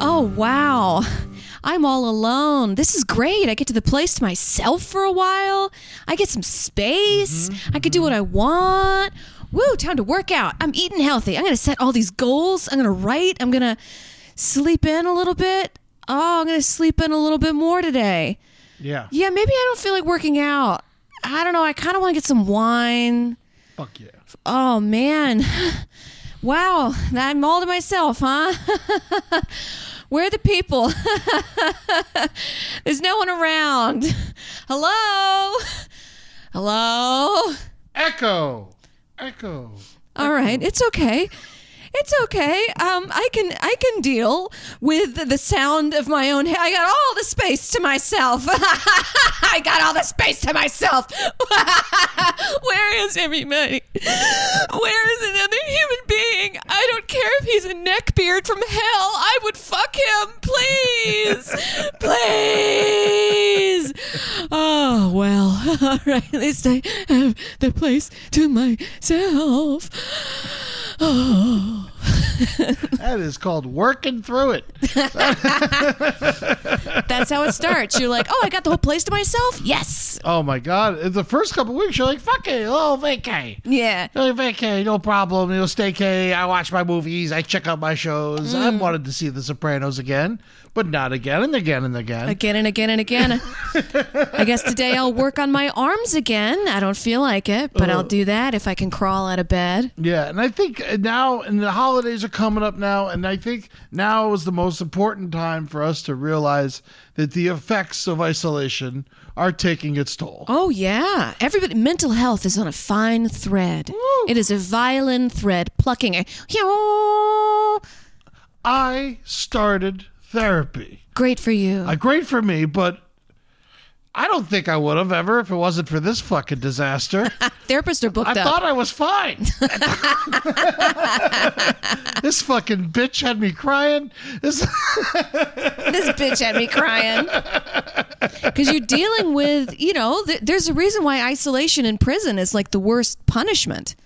Oh, wow. I'm all alone. This is great. I get to the place to myself for a while. I get some space. I can do what I want. Woo, time to work out. I'm eating healthy. I'm going to set all these goals. I'm going to write. I'm going to sleep in a little bit. Oh, I'm going to sleep in a little bit more today. Yeah. Yeah, maybe I don't feel like working out. I don't know. I kind of want to get some wine. Fuck yeah. Oh man. Wow, I'm all to myself, huh? Where are the people? There's no one around. Hello? Hello? Echo. Echo. All right, it's okay. It's okay. Um, I can I can deal with the sound of my own head. I got all the space to myself. I got all the space to myself. Where is everybody? Where is another human being? I don't care if he's a neckbeard from hell. I would fuck him, please, please. Oh well. All right. At least I have the place to myself. Oh. That is called working through it. That's how it starts. You're like, oh, I got the whole place to myself? Yes. Oh my god. In the first couple weeks you're like, fuck it, oh vacay. Yeah. Oh, vacay, no problem. You know, staycay. I watch my movies. I check out my shows. I wanted to see The Sopranos again, but not again and again and again. Again and again and again. I guess today I'll work on my arms again. I don't feel like it, but Uh. I'll do that if I can crawl out of bed. Yeah, and I think now, and the holidays are coming up now, and I think now is the most important time for us to realize that the effects of isolation are taking its toll. Oh yeah, everybody. Mental health is on a fine thread. It is a violin thread plucking. A, I started therapy. great for you. Uh, great for me, but I don't think I would have ever if it wasn't for this fucking disaster. Therapists are booked I up. thought I was fine. this fucking bitch had me crying. This this bitch had me crying. Because you're dealing with, you know, th- there's a reason why isolation in prison is like the worst punishment.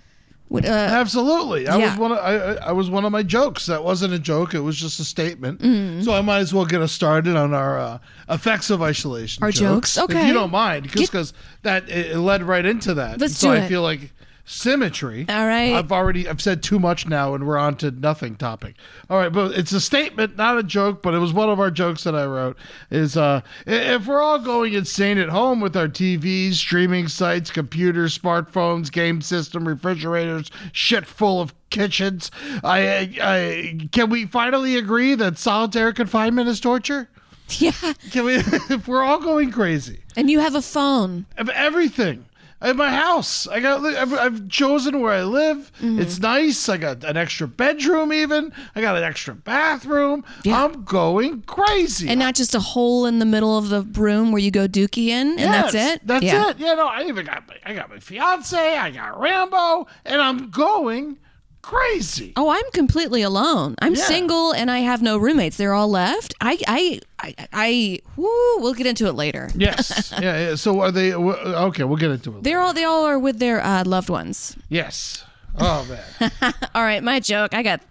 Would, Uh, Absolutely. I Yeah. was one of I, I I was one of my jokes. That wasn't a joke. It was just a statement. Mm-hmm. So I might as well get us started on our uh, effects of isolation. Our jokes? If Okay. you don't mind, Get- just because that it, it led right into that. Let's so do I it. feel like symmetry. All right. I've already I've said too much now, and we're on to nothing topic. All right, but it's a statement, not a joke. But it was one of our jokes that I wrote. Is uh, i- if we're all going insane at home with our TVs, streaming sites, computers, smartphones, game system, refrigerators, shit full of kitchens, I, I, I can we finally agree that solitary confinement is torture? yeah. Can we? if we're all going crazy And you have a phone. of everything. I have my house. I got. I've, I've chosen where I live. Mm-hmm. It's nice. I got an extra bedroom. Even I got an extra bathroom. Yeah. I'm going crazy. And not just a hole in the middle of the room where you go dookie in, and that's Yes, it. That's yeah. it. Yeah. No. I even got. My, I got my fiance. I got Rambo, and I'm going crazy. Oh, I'm completely alone. I'm Yeah. single and I have no roommates. They're all left. I, I, I, I woo, we'll get into it later. Yes. yeah, yeah. So are they? w- Okay, we'll get into it. They're all, they all are with their uh, loved ones. yes. Oh man. All right, my joke. I got,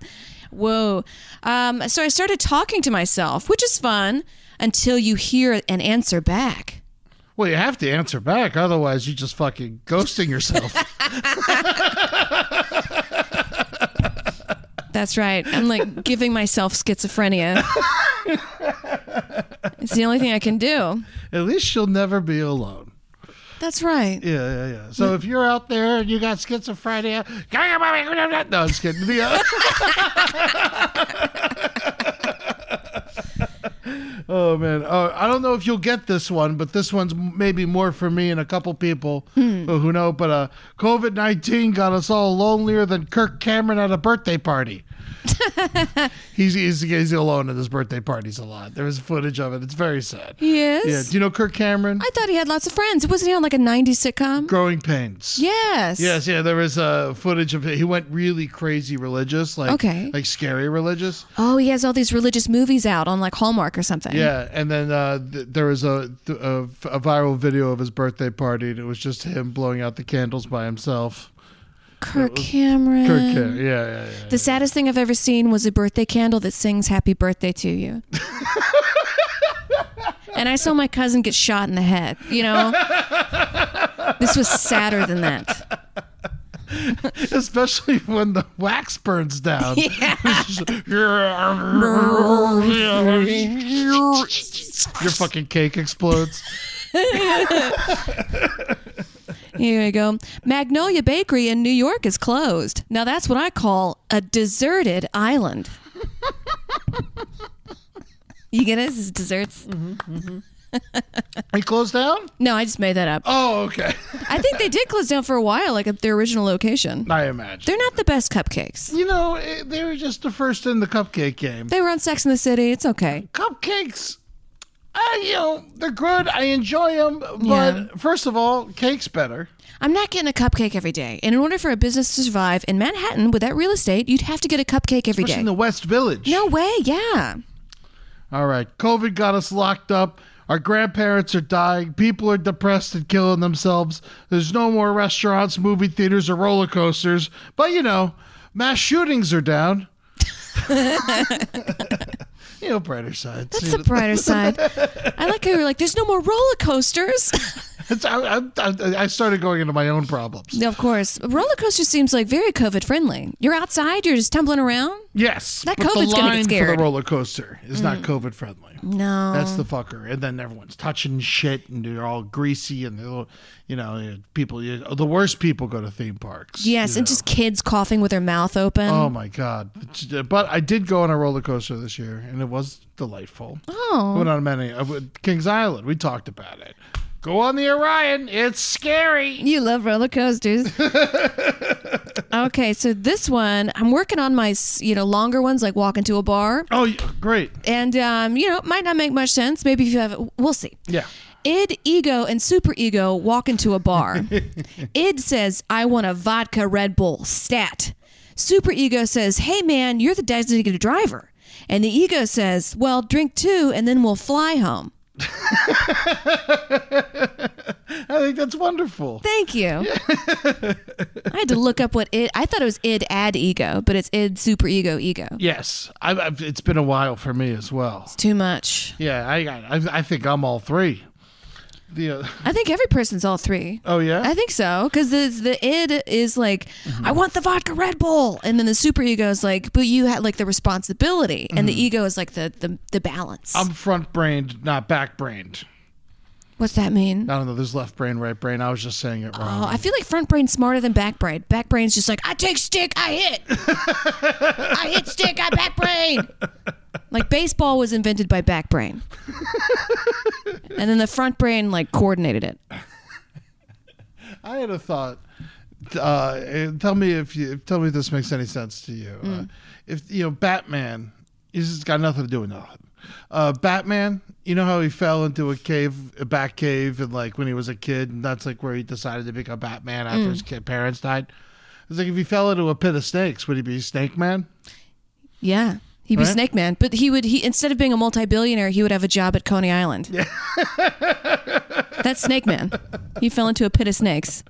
whoa. Um, so I started talking to myself, which is fun until you hear an answer back. well, you have to answer back, otherwise you're just fucking ghosting yourself. That's right. I'm like giving myself schizophrenia. it's the only thing I can do. At least you'll never be alone. That's right. Yeah, yeah, yeah. So if you're out there and you got schizophrenia, no, I'm just kidding. The, uh, oh man, uh, I don't know if you'll get this one, but this one's maybe more for me and a couple people Hmm. who know. But uh, COVID nineteen got us all lonelier than Kirk Cameron at a birthday party. he's, he's he's alone at his birthday parties a lot. There is footage of it. It's very sad. He is? Yeah. Do you know Kirk Cameron? I thought he had lots of friends. Wasn't he on like a 90s sitcom? Growing pains. Yes. Yes, yeah, there was uh, footage of it. He went really crazy religious, like Okay. like scary religious. Oh, he has all these religious movies out on like Hallmark or something. Yeah, and then uh, th- there was a, th- a a viral video of his birthday party, and it was just him blowing out the candles by himself. Kirk Cameron. Kirk, Cam- yeah, yeah, yeah. The saddest thing I've ever seen was a birthday candle that sings happy birthday to you. and I saw my cousin get shot in the head, you know? this was sadder than that. Especially when the wax burns down. Your fucking cake explodes. Here we go. Magnolia Bakery in New York is closed. Now that's what I call a deserted island. you get it? This is desserts? It closed down? No, I just made that up. Oh, okay. I think they did close down for a while, like at their original location. I imagine. They're not the best cupcakes. you know, eh, they were just the first in the cupcake game. They were on Sex in the City. It's okay. cupcakes I, you know they're good i enjoy them but Yeah. first of all cake's better I'm not getting a cupcake every day. And in order for a business to survive in Manhattan with that real estate, you'd have to get a cupcake every especially day. in the west village no way. Yeah. all right covid got us locked up our grandparents are dying people are depressed and killing themselves there's no more restaurants movie theaters or roller coasters but you know mass shootings are down you know brighter sides That's the brighter side. I like how you're like, there's no more roller coasters. It's- I, I- I- I started going into my own problems of course. Roller coaster seems like very COVID friendly. You're outside, you're just tumbling around. yes That but the COVID's gonna get line for scared. Mm. the roller coaster is not covid friendly No. That's the fucker. And then everyone's touching shit, and they're all greasy, and they're, all- you know, people. You, the worst people go to theme parks. yes, you and know. just kids coughing with their mouth open. Oh my god! But I did go on a roller coaster this year, and it was delightful. Oh. I went on many. I went- Kings Island. We talked about it. Go on the Orion. It's scary. You love roller coasters. okay, so this one, I'm working on my, s- you know, longer ones like walking to a bar. Oh, yeah, great. And, um, you know, it might not make much sense. Maybe if you have, we'll see. Yeah. Id, ego, and superego walk into a bar. Id says, I want a vodka Red Bull, stat. Superego says, Hey man, you're the designated driver. And the ego says, Well, drink two and then we'll fly home. I think that's wonderful. Thank you. I had to look up what id. I thought it was id ad ego, but it's id super ego ego. Yes, I've, I've, it's been a while for me as well. Too much. Yeah, I got. I, I think I'm all three. The uh, I think every person's all three. oh yeah. I think so because the id is like, I want the vodka Red Bull, and then the super ego is like, but you had like the responsibility, and the ego is like the the, the balance. I'm front brained, not back brained. What's that mean? I don't know. There's left brain, right brain. I was just saying it wrong. Oh, I feel like front brain's smarter than back brain. Back brain's just like I take stick, I hit. I hit stick, I back brain. Like baseball was invented by back brain, and then the front brain like coordinated it. I had a thought. Uh, and tell me if you tell me if this makes any sense to you. Hmm. Uh, if you know Batman, he's just got nothing to do with nothing. Uh, Batman, you know how he fell into a cave, a back Hmm. cave, and like when he was a kid, and that's like where he decided to become Batman after his kid, parents died. It's like if he fell into a pit of snakes, would he be Snake Man? Yeah. He'd be Right? Snake Man, but he would he instead of being a multi-billionaire, he would have a job at Coney Island. That's Snake Man. He fell into a pit of snakes.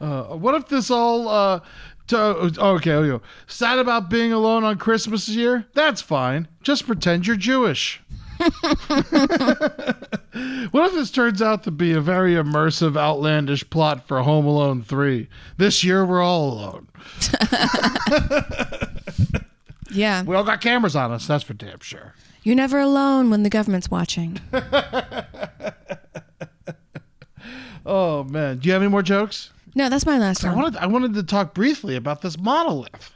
Uh, what if this all? Uh, to, oh, okay, here we go. Sad about being alone on Christmas this year? That's fine. Just pretend you're Jewish. what if this turns out to be a very immersive, outlandish plot for Home Alone Three? This year we're all alone. Yeah. We all got cameras on us. That's for damn sure. You're never alone when the government's watching. Oh man, do you have any more jokes? No, that's my last I one. wanted I wanted to talk briefly about this monolith.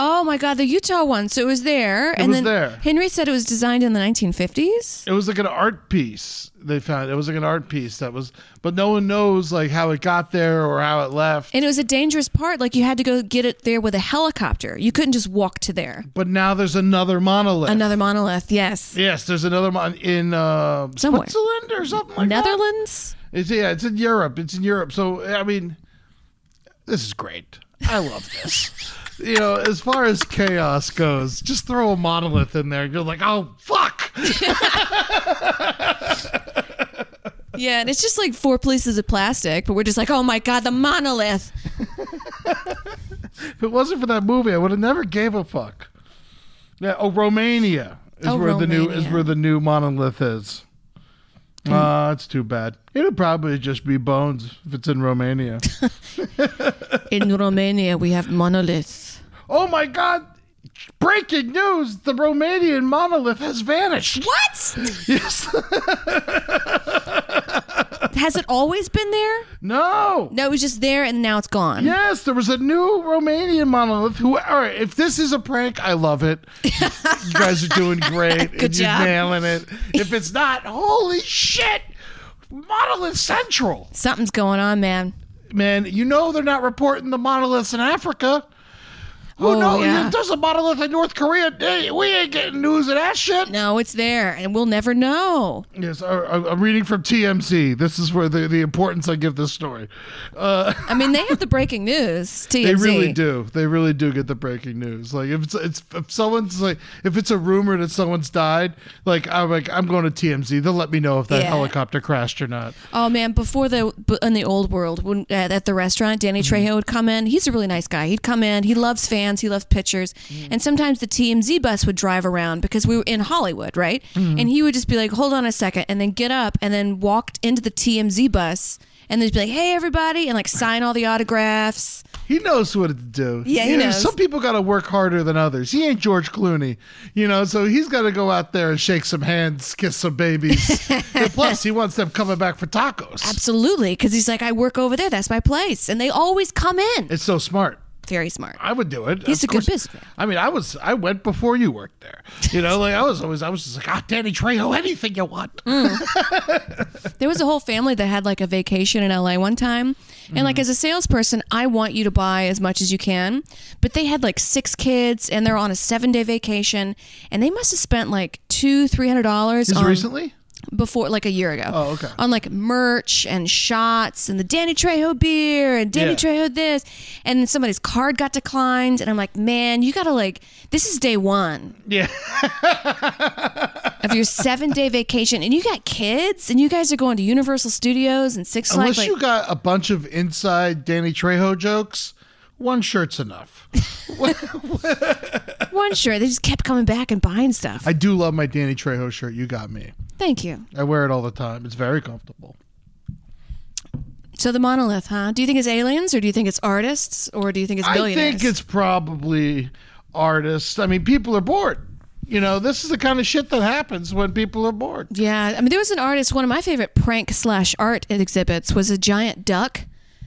Oh my God, the Utah one. So it was there. and was then there. Henry said it was designed in the 1950s. It was like an art piece they found. It was like an art piece that was, but no one knows like how it got there or how it left. And it was a dangerous part. Like you had to go get it there with a helicopter. You couldn't just walk to there. But now there's another monolith. Another monolith, yes. Yes, there's another mon in uh, Somewhere. Switzerland or something like that. Netherlands? It's yeah, it's in Europe. It's in Europe. So I mean, this is great. I love this. you know, as far as chaos goes, just throw a monolith in there. You're like, oh fuck. Yeah, and it's just like four pieces of plastic, but we're just like, oh my God, the monolith. If it wasn't for that movie, I would have never gave a fuck. Yeah, oh, Romania is Oh, where the new is Romania. Hmm. where the new monolith is. Ah, it's too bad. It'd probably just be bones if it's in Romania. In Romania, we have monolith. oh my god! Breaking news: the Romanian monolith has vanished. What? Yes. Has it always been there? no. No, it was just there and now it's gone. Yes, there was a new Romanian monolith. Who? All right, if this is a prank, I love it. you guys are doing great. Good and you're job. nailing it. If it's not, holy shit! Monolith Central, Something's going on, man. man. You know they're not reporting the monoliths in Africa. Who Oh, knows? yeah. There's a monolith in North Korea. Hey, we ain't getting news of that shit. No, it's there and we'll never know. Yes, I, I- I'm reading from TMZ. This is where the, the importance I give this story. Uh, I mean, they have the breaking news. TMZ. They really do. They really do get the breaking news. Like if it's, it's if someone's like if it's a rumor that someone's died, like I'm like I'm going to TMZ. They'll let me know if that Yeah. helicopter crashed or not. Oh man, before the b- in the old world, when uh, at the restaurant, Danny Trejo would come in. He's a really nice guy. He'd come in. He loves fans. He loves pictures. And sometimes the TMZ bus would drive around because we were in Hollywood, right? And he would just be like, "Hold on a second, and then get up and then walked into the TMZ bus. And they'd be like, "Hey, everybody!" and like sign all the autographs. He knows what to do. Yeah, he You know, knows. Some people got to work harder than others. He ain't George Clooney, you know. So he's got to go out there and shake some hands, kiss some babies. and plus, he wants them coming back for tacos. Absolutely, because he's like, "I work over there. That's my place." And they always come in. It's so smart. Very smart. I would do it. He's Of a good course. businessman. I mean, I was I went before you worked there. You know, like I was always I was just like, ah, Danny Trejo, anything you want. There was a whole family that had like a vacation in LA one time. And like as a salesperson, I want you to buy as much as you can. But they had like six kids and they're on a seven day vacation and they must have spent like two, three hundred dollars Just on recently? before like a year ago. Oh, okay. On like merch and shots and the Danny Trejo beer and Danny Yeah. Trejo this. And then somebody's card got declined and I'm like, man, you gotta like this is day one. Yeah. of your seven day vacation and you got kids and you guys are going to Universal Studios and Six Flags. Unless like- you got a bunch of inside Danny Trejo jokes, one shirt's enough. one shirt. They just kept coming back and buying stuff. I do love my Danny Trejo shirt. You got me. Thank you. I wear it all the time. It's very comfortable. So the monolith, huh? Do you think it's aliens or do you think it's artists or do you think it's I billionaires? think it's probably artists. I mean, people are bored. You know, this is the kind of shit that happens when people are bored. yeah. I mean, there was an artist. One of my favorite prank slash art exhibits was a giant duck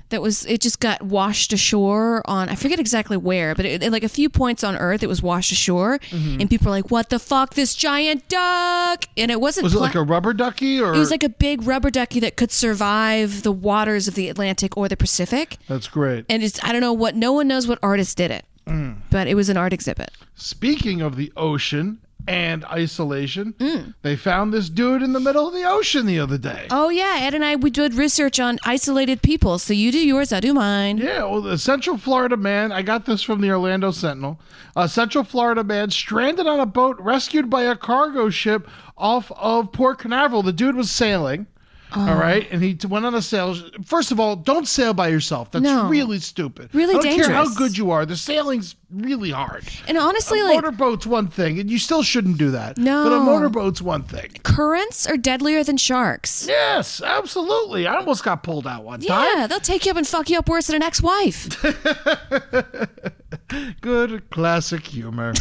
that was. It just got washed ashore on. I forget exactly where, but it, it- like a few points on Earth, it was washed ashore, Mm-hmm. and people were like, "What the fuck? This giant duck!" And it wasn't. Was it pla- like a rubber ducky or It was like a big rubber ducky that could survive the waters of the Atlantic or the Pacific. That's great. And it's, I don't know Mm. what, no one knows what artist did it, but it was an art exhibit. Speaking of the ocean, and isolation. They found this dude in the middle of the ocean the other day. Mm. Oh yeah, Ed and I we did research on isolated people. So you do yours, I do mine. Yeah, well, the Central Florida man, I got this from the Orlando Sentinel. A Central Florida man stranded on a boat rescued by a cargo ship off of Port Canaveral. The dude was sailing. Oh. All right, and he t- went on a sail. First of all, don't sail by yourself. That's No. really stupid. Really I don't care how dangerous. good you are. The sailing's really hard. And honestly, a like motorboat's one thing, and you still shouldn't do that. but a No. motorboat's one thing. currents are deadlier than sharks. Yes, absolutely. I almost got pulled out one time. Yeah, they'll take you up and fuck you up worse than an ex-wife. Good classic humor.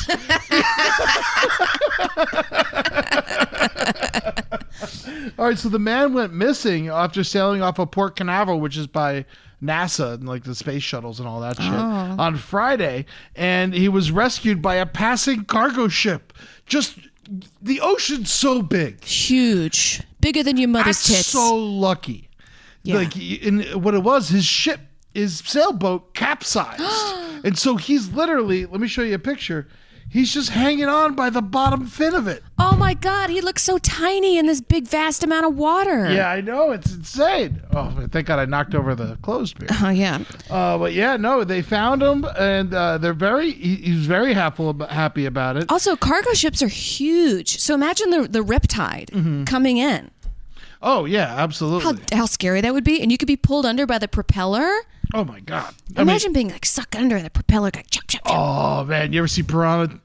All right, so the man went missing after sailing off of Port Canaveral, which is by NASA and like the space shuttles and all that shit, on Friday, and he was rescued by a passing cargo ship. Just the ocean's so big. Huge, bigger than your mother's That's tits. so lucky. Yeah. Like in what it was, his ship, his sailboat capsized, and so he's literally. Let me show you a picture. He's just hanging on by the bottom fin of it. oh my god, he looks so tiny in this big vast amount of water. Yeah, I know it's insane. Oh, thank God I knocked over the clothes beer. Oh yeah. Uh, but yeah, no, they found him, and uh, they're very. He, he's very happy about, happy about it. Also, cargo ships are huge. So imagine the the riptide Mm-hmm. coming in. Oh yeah, How, absolutely. how scary that would be. And you could be pulled under by the propeller. Oh my God. I mean, Imagine being like sucked under and the propeller got chop, chop, chop. Oh man, you ever see Piranha?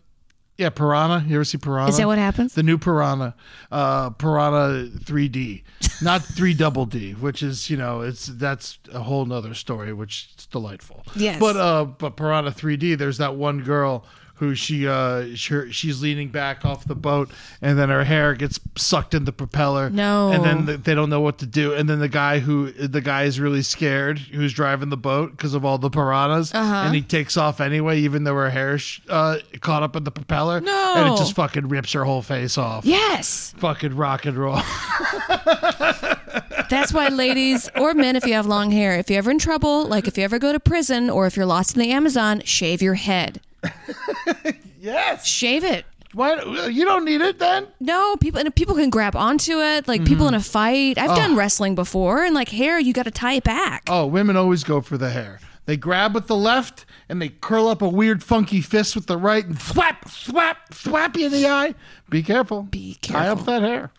Yeah, Piranha. You ever see Piranha? Is that what happens? The new Piranha, uh, Piranha 3D, not three double D, which is you know it's that's a whole nother story, which is delightful. Yes. But uh, but Piranha 3D, there's that one girl who she uh she, she's leaning back off the boat and then her hair gets sucked in the propeller No. and then the, they don't know what to do and then the guy who the guy is really scared who's driving the boat because of all the piranhas Uh-huh. and he takes off anyway even though her hair sh- uh, caught up in the propeller No. and it just fucking rips her whole face off Yes. fucking rock and roll That's why, ladies or men, if you have long hair, if you're ever in trouble, like if you ever go to prison or if you're lost in the Amazon, shave your head. yes Shave it. why you don't need it then No, people and people can grab onto it. Mm-hmm. Like people in a fight. I've done wrestling before, and like hair, you got to tie it back. oh women always go for the hair they grab with the left and they curl up a weird funky fist with the right and thwap thwap thwap you in the eye be careful Be tie up that hair.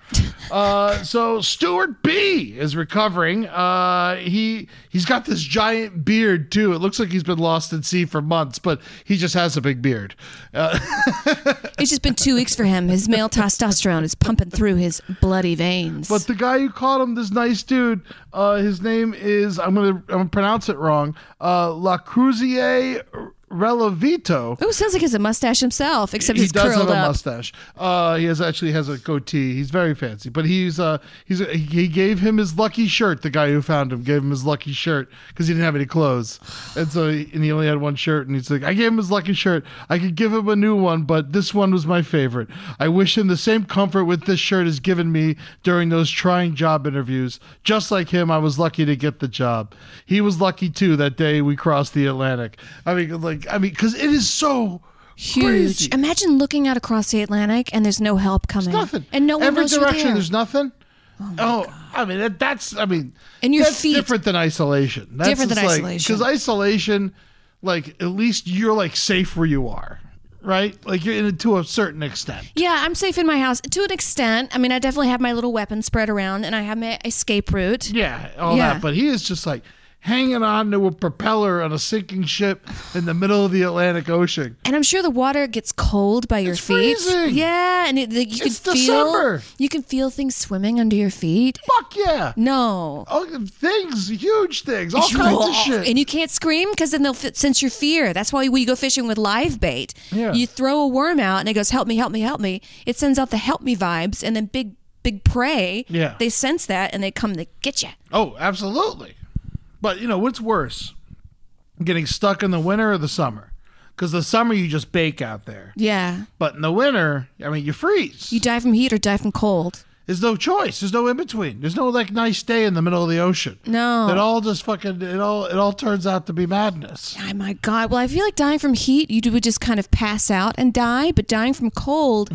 Uh, so Stuart B is recovering. Uh, he he's got this giant beard too. It looks like he's been lost at sea for months, but he just has a big beard. It's just been two weeks for him. His male testosterone is pumping through his bloody veins. But the guy who caught him, this nice dude, uh, his name is I'm gonna I'm gonna pronounce it wrong. Uh, La Cruzier Relavito. oh, sounds like he's a mustache himself, except he he's does have curled a up. mustache. Uh, he has actually has a goatee. He's very fancy, but he's uh, he's he gave him his lucky shirt. The guy who found him gave him his lucky shirt because he didn't have any clothes, and so he, and he only had one shirt. And he's like, I gave him his lucky shirt. I could give him a new one, but this one was my favorite. I wish him the same comfort with this shirt has given me during those trying job interviews. Just like him, I was lucky to get the job. He was lucky too that day we crossed the Atlantic. I mean, like, I mean, because it is so. Huge. Crazy. Imagine looking out across the Atlantic and there's no help coming. nothing. And no one Every knows direction, you're there. there's nothing. Oh, I mean that, that's I mean, And your that's feet- different than isolation. That's Different than isolation. because isolation, like at least you're like safe where you are, right? Like you're in to a certain extent. yeah, I'm safe in my house to an extent. I mean, I definitely have my little weapon spread around and I have my escape route. Yeah, all Yeah. that. But he is just like hanging on to a propeller on a sinking ship in the middle of the Atlantic Ocean. And I'm sure the water gets cold by your It's feet. freezing. Yeah, and it, like, you It's can December. feel you can feel things swimming under your feet. Fuck yeah! No. Oh, things, huge things, all kinds of shit. And you can't scream because then they'll f- sense your fear. That's why we go fishing with live bait. Yeah. You throw a worm out and it goes, help me, help me, help me. It sends out the help me vibes and then big, big prey. Yeah. They sense that and they come to get you. Oh, absolutely. But you know what's worse, getting stuck in the winter or the summer? Because the summer you just bake out there, Yeah. but in the winter, I mean, you freeze. You die from heat or die from cold. There's no choice. There's no in between. There's no like nice day in the middle of the ocean. No. it all just fucking it all it all turns out to be madness. Oh my God. Well, I feel like dying from heat, you do- would just kind of pass out and die, but dying from cold,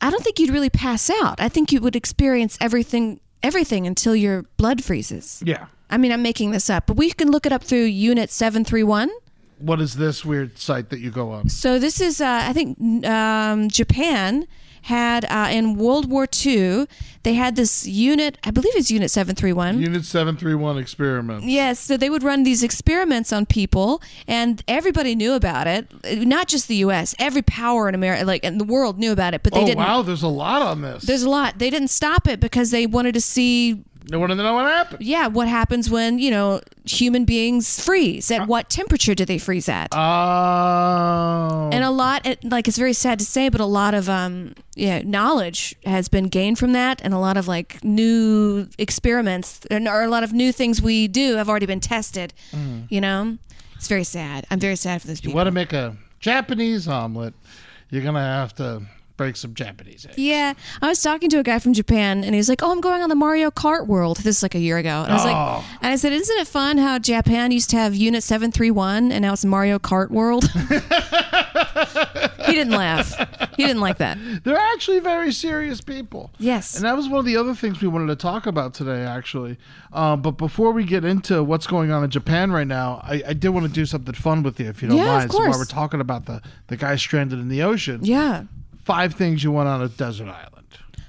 I don't think you'd really pass out. I think you would experience everything everything until your blood freezes. Yeah. I mean, I'm making this up, but we can look it up through Unit 731. What is this weird site that you go on? So this is, uh, I think, um, Japan had uh, in World War II, they had this unit, I believe it's Unit 731. Unit 731 experiment. Yes, so they would run these experiments on people, and everybody knew about it. Not just the U.S., every power in America, like in the world, knew about it. But they Oh, didn't. wow. There's a lot on this. There's a lot. They didn't stop it because they wanted to see, no one to know what happened. yeah, what happens when you know human beings freeze. Uh, At what temperature do they freeze at? Oh. and a lot it, like it's very sad to say but a lot of um yeah knowledge has been gained from that and a lot of like new experiments and or a lot of new things we do have already been tested you know it's very sad i'm very sad for those Mm. you people want to make a Japanese omelet, you're going to have to break some Japanese eggs. yeah i was talking to a guy from japan and he's like oh i'm going on the mario kart world this is like a year ago and i was Oh. like and i said isn't it fun how japan used to have unit 731 and now it's mario kart world he didn't laugh he didn't like that They're actually very serious people. Yes. And that was one of the other things we wanted to talk about today, actually. Um, but before we get into what's going on in Japan right now, I, I did want to do something fun with you, if you don't Yeah, of mind. So while course. we're talking about the, the guy stranded in the ocean, yeah five things you want on a desert island.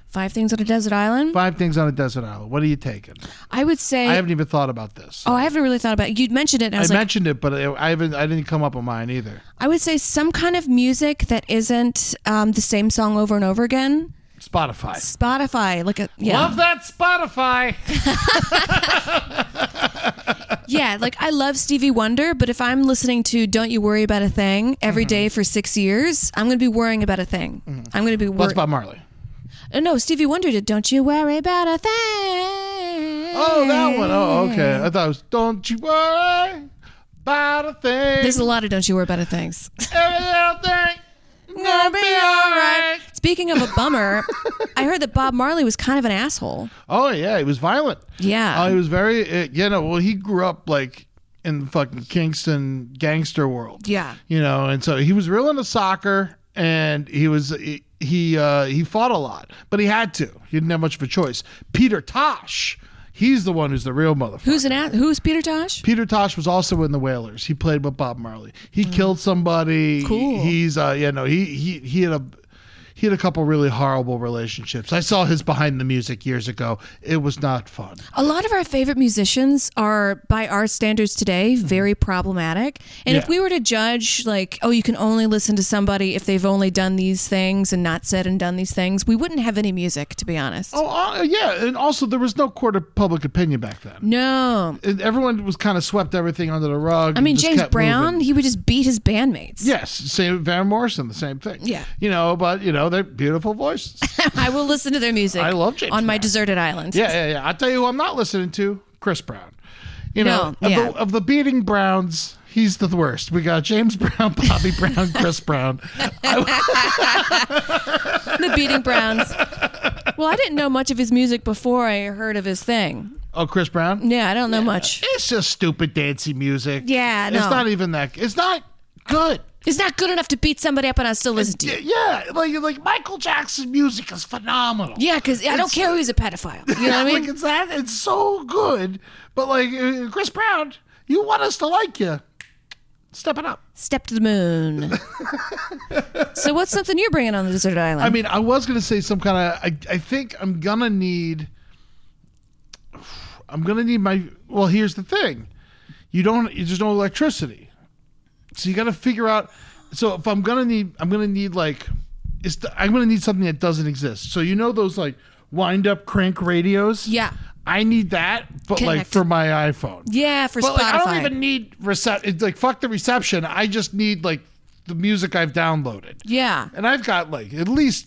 Five things on a desert island. Five things on a desert island. What are you taking? I would say. I haven't even thought about this. oh, I haven't really thought about it. You mentioned it. And I I, was like, mentioned it, but I I haven't. I didn't come up with mine either. I would say some kind of music that isn't um, the same song over and over again. Spotify. Spotify, like a yeah, Love that Spotify. yeah. Like I love Stevie Wonder, but if I'm listening to "Don't You Worry About a Thing" every Mm-hmm. day for six years, I'm gonna be worrying about a thing. I'm gonna be What's worried. Bob Marley? no, Stevie Wonder did "Don't You Worry About a Thing." Oh, that one. Oh, okay. I thought it was. Don't you worry about a thing. There's a lot of "Don't You Worry About a Things." Every little thing gonna be all right. Speaking of a bummer, I heard that Bob Marley was kind of an asshole. Oh yeah, he was violent. Yeah. Oh, he was very. Uh, you know, well, he grew up like in fucking Kingston gangster world. Yeah. you know, and so he was real into soccer, and he was he he, uh, he fought a lot, but he had to. He didn't have much of a choice. Peter Tosh, he's the one who's the real motherfucker. Who's an ass? Who's Peter Tosh? Peter Tosh was also in the Whalers. He played with Bob Marley. He killed somebody. Cool. He's uh yeah no he he he had a he had a couple really horrible relationships. I saw his behind the music years ago. It was not fun. A lot of our favorite musicians are, by our standards today, very problematic. And Yeah. if we were to judge, like, oh, you can only listen to somebody if they've only done these things and not said and done these things, we wouldn't have any music, to be honest. Oh uh, yeah, and also there was no court of public opinion back then. No. And everyone was kind of swept everything under the rug. I and mean, just James kept Brown, moving. he would just beat his bandmates. Yes, same Van Morrison, the same thing. Yeah. you know, but you know they're beautiful voices. I will listen to their music. I love James On my Brown. deserted island. Yeah, yeah, yeah. I tell you who I'm not listening to, Chris Brown. You know, No, yeah. of, the, of the beating Browns, he's the worst. We got James Brown, Bobby Brown, Chris Brown. The Beating Browns. well, I didn't know much of his music before I heard of his thing. Oh, Chris Brown. Yeah, I don't know much. It's just stupid dancey music. Yeah, it's no. not even that. It's not good. It's not good enough to beat somebody up, and I still listen to you. Y- Yeah, like like Michael Jackson music is phenomenal. Yeah, because I don't care who's a pedophile. You know what I mean? like it's that. It's so good, but like uh, Chris Brown, you want us to like you. Step it up. Step to the moon. so, what's something you're bringing on the deserted island? I mean, I was gonna say some kind of. I, I think I'm gonna need. I'm gonna need my. Well, here's the thing, you don't. You, there's no electricity, so you gotta figure out. So if I'm gonna need, I'm gonna need like, it's. The, I'm gonna need something that doesn't exist. So you know those like wind up crank radios. Yeah. I need that, but like Connected. for my iPhone. yeah, for But Spotify. like, I don't even need recep. It's like fuck the reception. I just need like the music I've downloaded yeah. and I've got like at least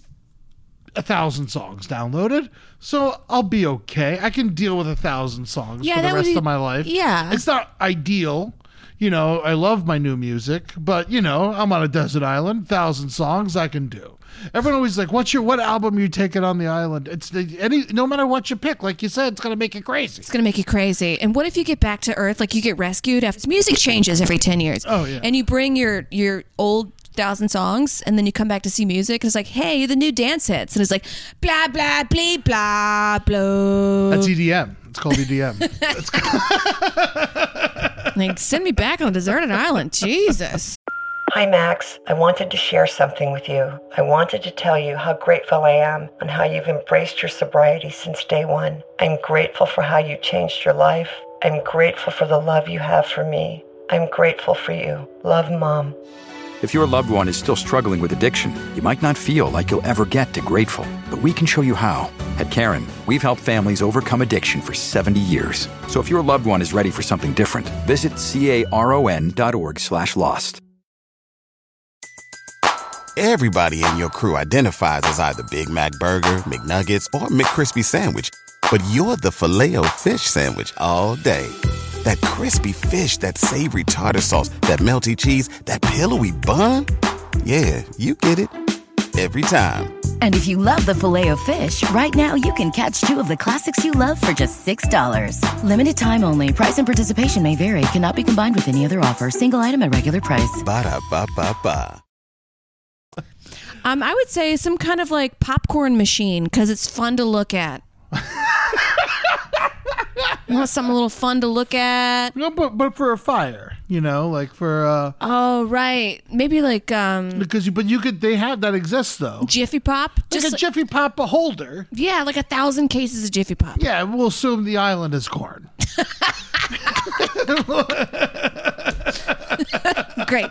a thousand songs downloaded, so I'll be okay. I can deal with a thousand songs Yeah, for the that would rest be- of my life. yeah. it's not ideal. You know, I love my new music, but you know, I'm on a desert island. Thousand songs I can do. Everyone always like, "What's your what album you taking on the island?" It's the, any no matter what you pick, like you said, it's gonna make you crazy. It's going to make you crazy. And what if you get back to Earth? Like, you get rescued after music changes every 10 years. Oh, yeah. And you bring your, your old thousand songs, and then you come back to see music, and it's like, hey, the new dance hits, and it's like, blah blah blah blah blah. That's EDM. It's called E EDM. like, send me back on a deserted island, Jesus. Hi, Max. I wanted to share something with you. I wanted to tell you how grateful I am on how you've embraced your sobriety since day one. I'm grateful for how you changed your life. I'm grateful for the love you have for me. I'm grateful for you. Love, Mom. If your loved one is still struggling with addiction, you might not feel like you'll ever get to grateful, but we can show you how. At Karen, we've helped families overcome addiction for 70 years. So if your loved one is ready for something different, visit caron.org slash lost. Everybody in your crew identifies as either Big Mac Burger, McNuggets, or McCrispy Sandwich. But you're the filet fish Sandwich all day. That crispy fish, that savory tartar sauce, that melty cheese, that pillowy bun. Yeah, you get it. Every time. And if you love the filet of fish, right now you can catch two of the classics you love for just $6. Limited time only. Price and participation may vary. Cannot be combined with any other offer. Single item at regular price. Ba-da-ba-ba-ba. Um, I would say some kind of like popcorn machine because it's fun to look at. you want something a little fun to look at? no, but but for a fire, you know, like for uh, Oh right, maybe like um, because you but you could they have that exists though. Jiffy Pop. Like Just a Jiffy Pop holder. yeah, like a thousand cases of Jiffy Pop. Yeah, we'll assume the island is corn. Great.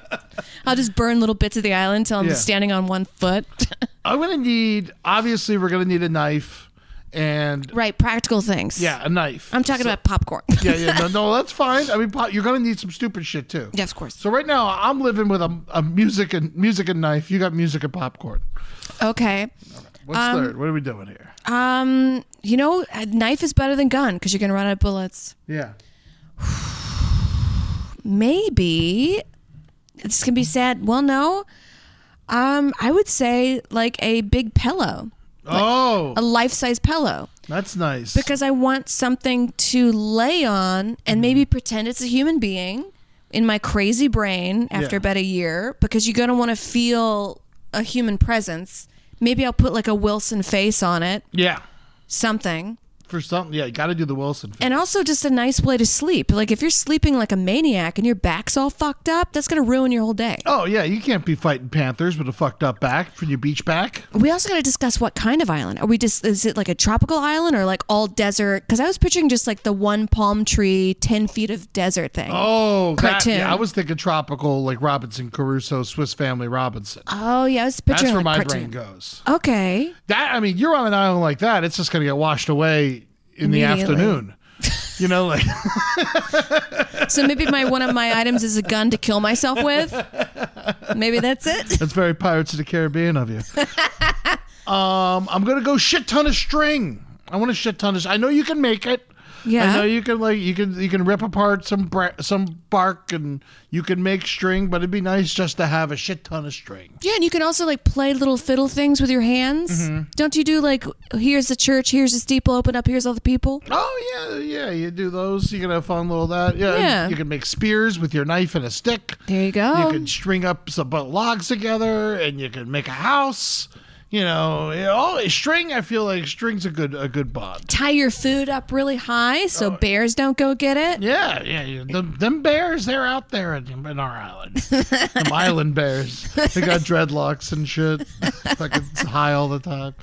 I'll just burn little bits of the island till I'm Yeah. standing on one foot. I'm gonna need. Obviously, we're gonna need a knife, and right, practical things. yeah, a knife. I'm talking about popcorn. yeah, yeah, no, no, that's fine. I mean, po- you're gonna need some stupid shit too. Yeah, of course. So right now, I'm living with a, a music and music and knife. You got music and popcorn. Okay. What's third? What are we doing here? Um, you know, a knife is better than gun because you're gonna run out of bullets. Yeah. Maybe it's gonna be sad. Well, no. Um, I would say like a big pillow, oh, a life-size pillow, that's nice. because I want something to lay on and maybe pretend it's a human being in my crazy brain after Yeah. about a year. Because you're gonna want to feel a human presence. Maybe I'll put like a Wilson face on it, yeah. something. For something, yeah, you got to do the Wilson. And also just a nice way to sleep. Like if you're sleeping like a maniac and your back's all fucked up, that's gonna ruin your whole day. oh yeah, you can't be fighting panthers with a fucked up back from your beach back. We also gotta discuss what kind of island. Are we just is it like a tropical island or like all desert? Because I was picturing just like the one palm tree, ten feet of desert thing. Oh, that, Cartoon. yeah, I was thinking tropical, like Robinson Crusoe, Swiss Family Robinson. Oh, yeah, I was That's picturing where like my cartoon. brain goes. Okay. That I mean, you're on an island like that, it's just gonna get washed away in the Immediately. afternoon. You know, like So maybe my one of my items is a gun to kill myself with. Maybe that's it. that's very Pirates of the Caribbean of you. um, I'm gonna go shit ton of string. I want a shit ton of. I know you can make it. I know Yeah. you can like you can you can rip apart some bra- some bark and you can make string, but it'd be nice just to have a shit ton of string. Yeah, and you can also like play little fiddle things with your hands. Mm-hmm. Don't you do like here's the church, here's the steeple, open up, here's all the people? Oh yeah, yeah. You do those. You can have fun little that. Yeah. Yeah. You can make spears with your knife and a stick. There you go. You can string up some bu- logs together, and you can make a house. You know, yeah, oh, string. I feel like string's a good a good bond. tie your food up really high so Oh. bears don't go get it. Yeah, yeah. yeah. Them, them bears, they're out there in, in our island. them island bears. They got dreadlocks and shit. Fucking high all the time.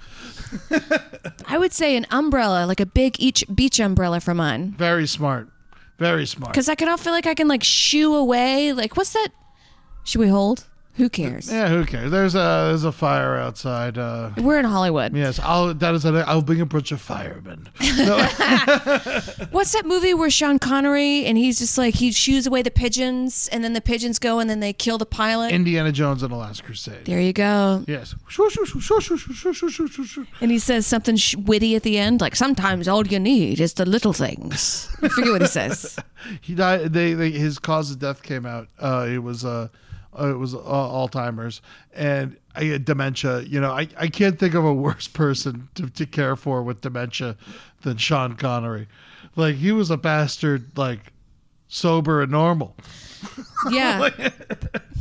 I would say an umbrella, like a big each beach umbrella for mine, Very smart. Very smart. because I can all feel like I can like shoo away. Like, what's that? Should we hold? Who cares? Yeah, who cares? There's a there's a fire outside. Uh, We're in Hollywood. Yes, I'll. That is. Another, I'll bring a bunch of firemen. No, What's that movie where Sean Connery and he's just like he shoos away the pigeons and then the pigeons go and then they kill the pilot? Indiana Jones and the Last Crusade. there you go. Yes. Shoo, shoo, shoo, shoo, shoo, shoo, shoo, shoo, shoo, shoo, shoo. And he says something sh- witty at the end, like sometimes all you need is the little things. I forget what he says. He died. They, they. His cause of death came out. Uh, it was uh, uh, it was uh, Alzheimer's and I had dementia. You know, I, I can't think of a worse person to, to care for with dementia than Sean Connery. Like he was a bastard. Like sober and normal. Yeah.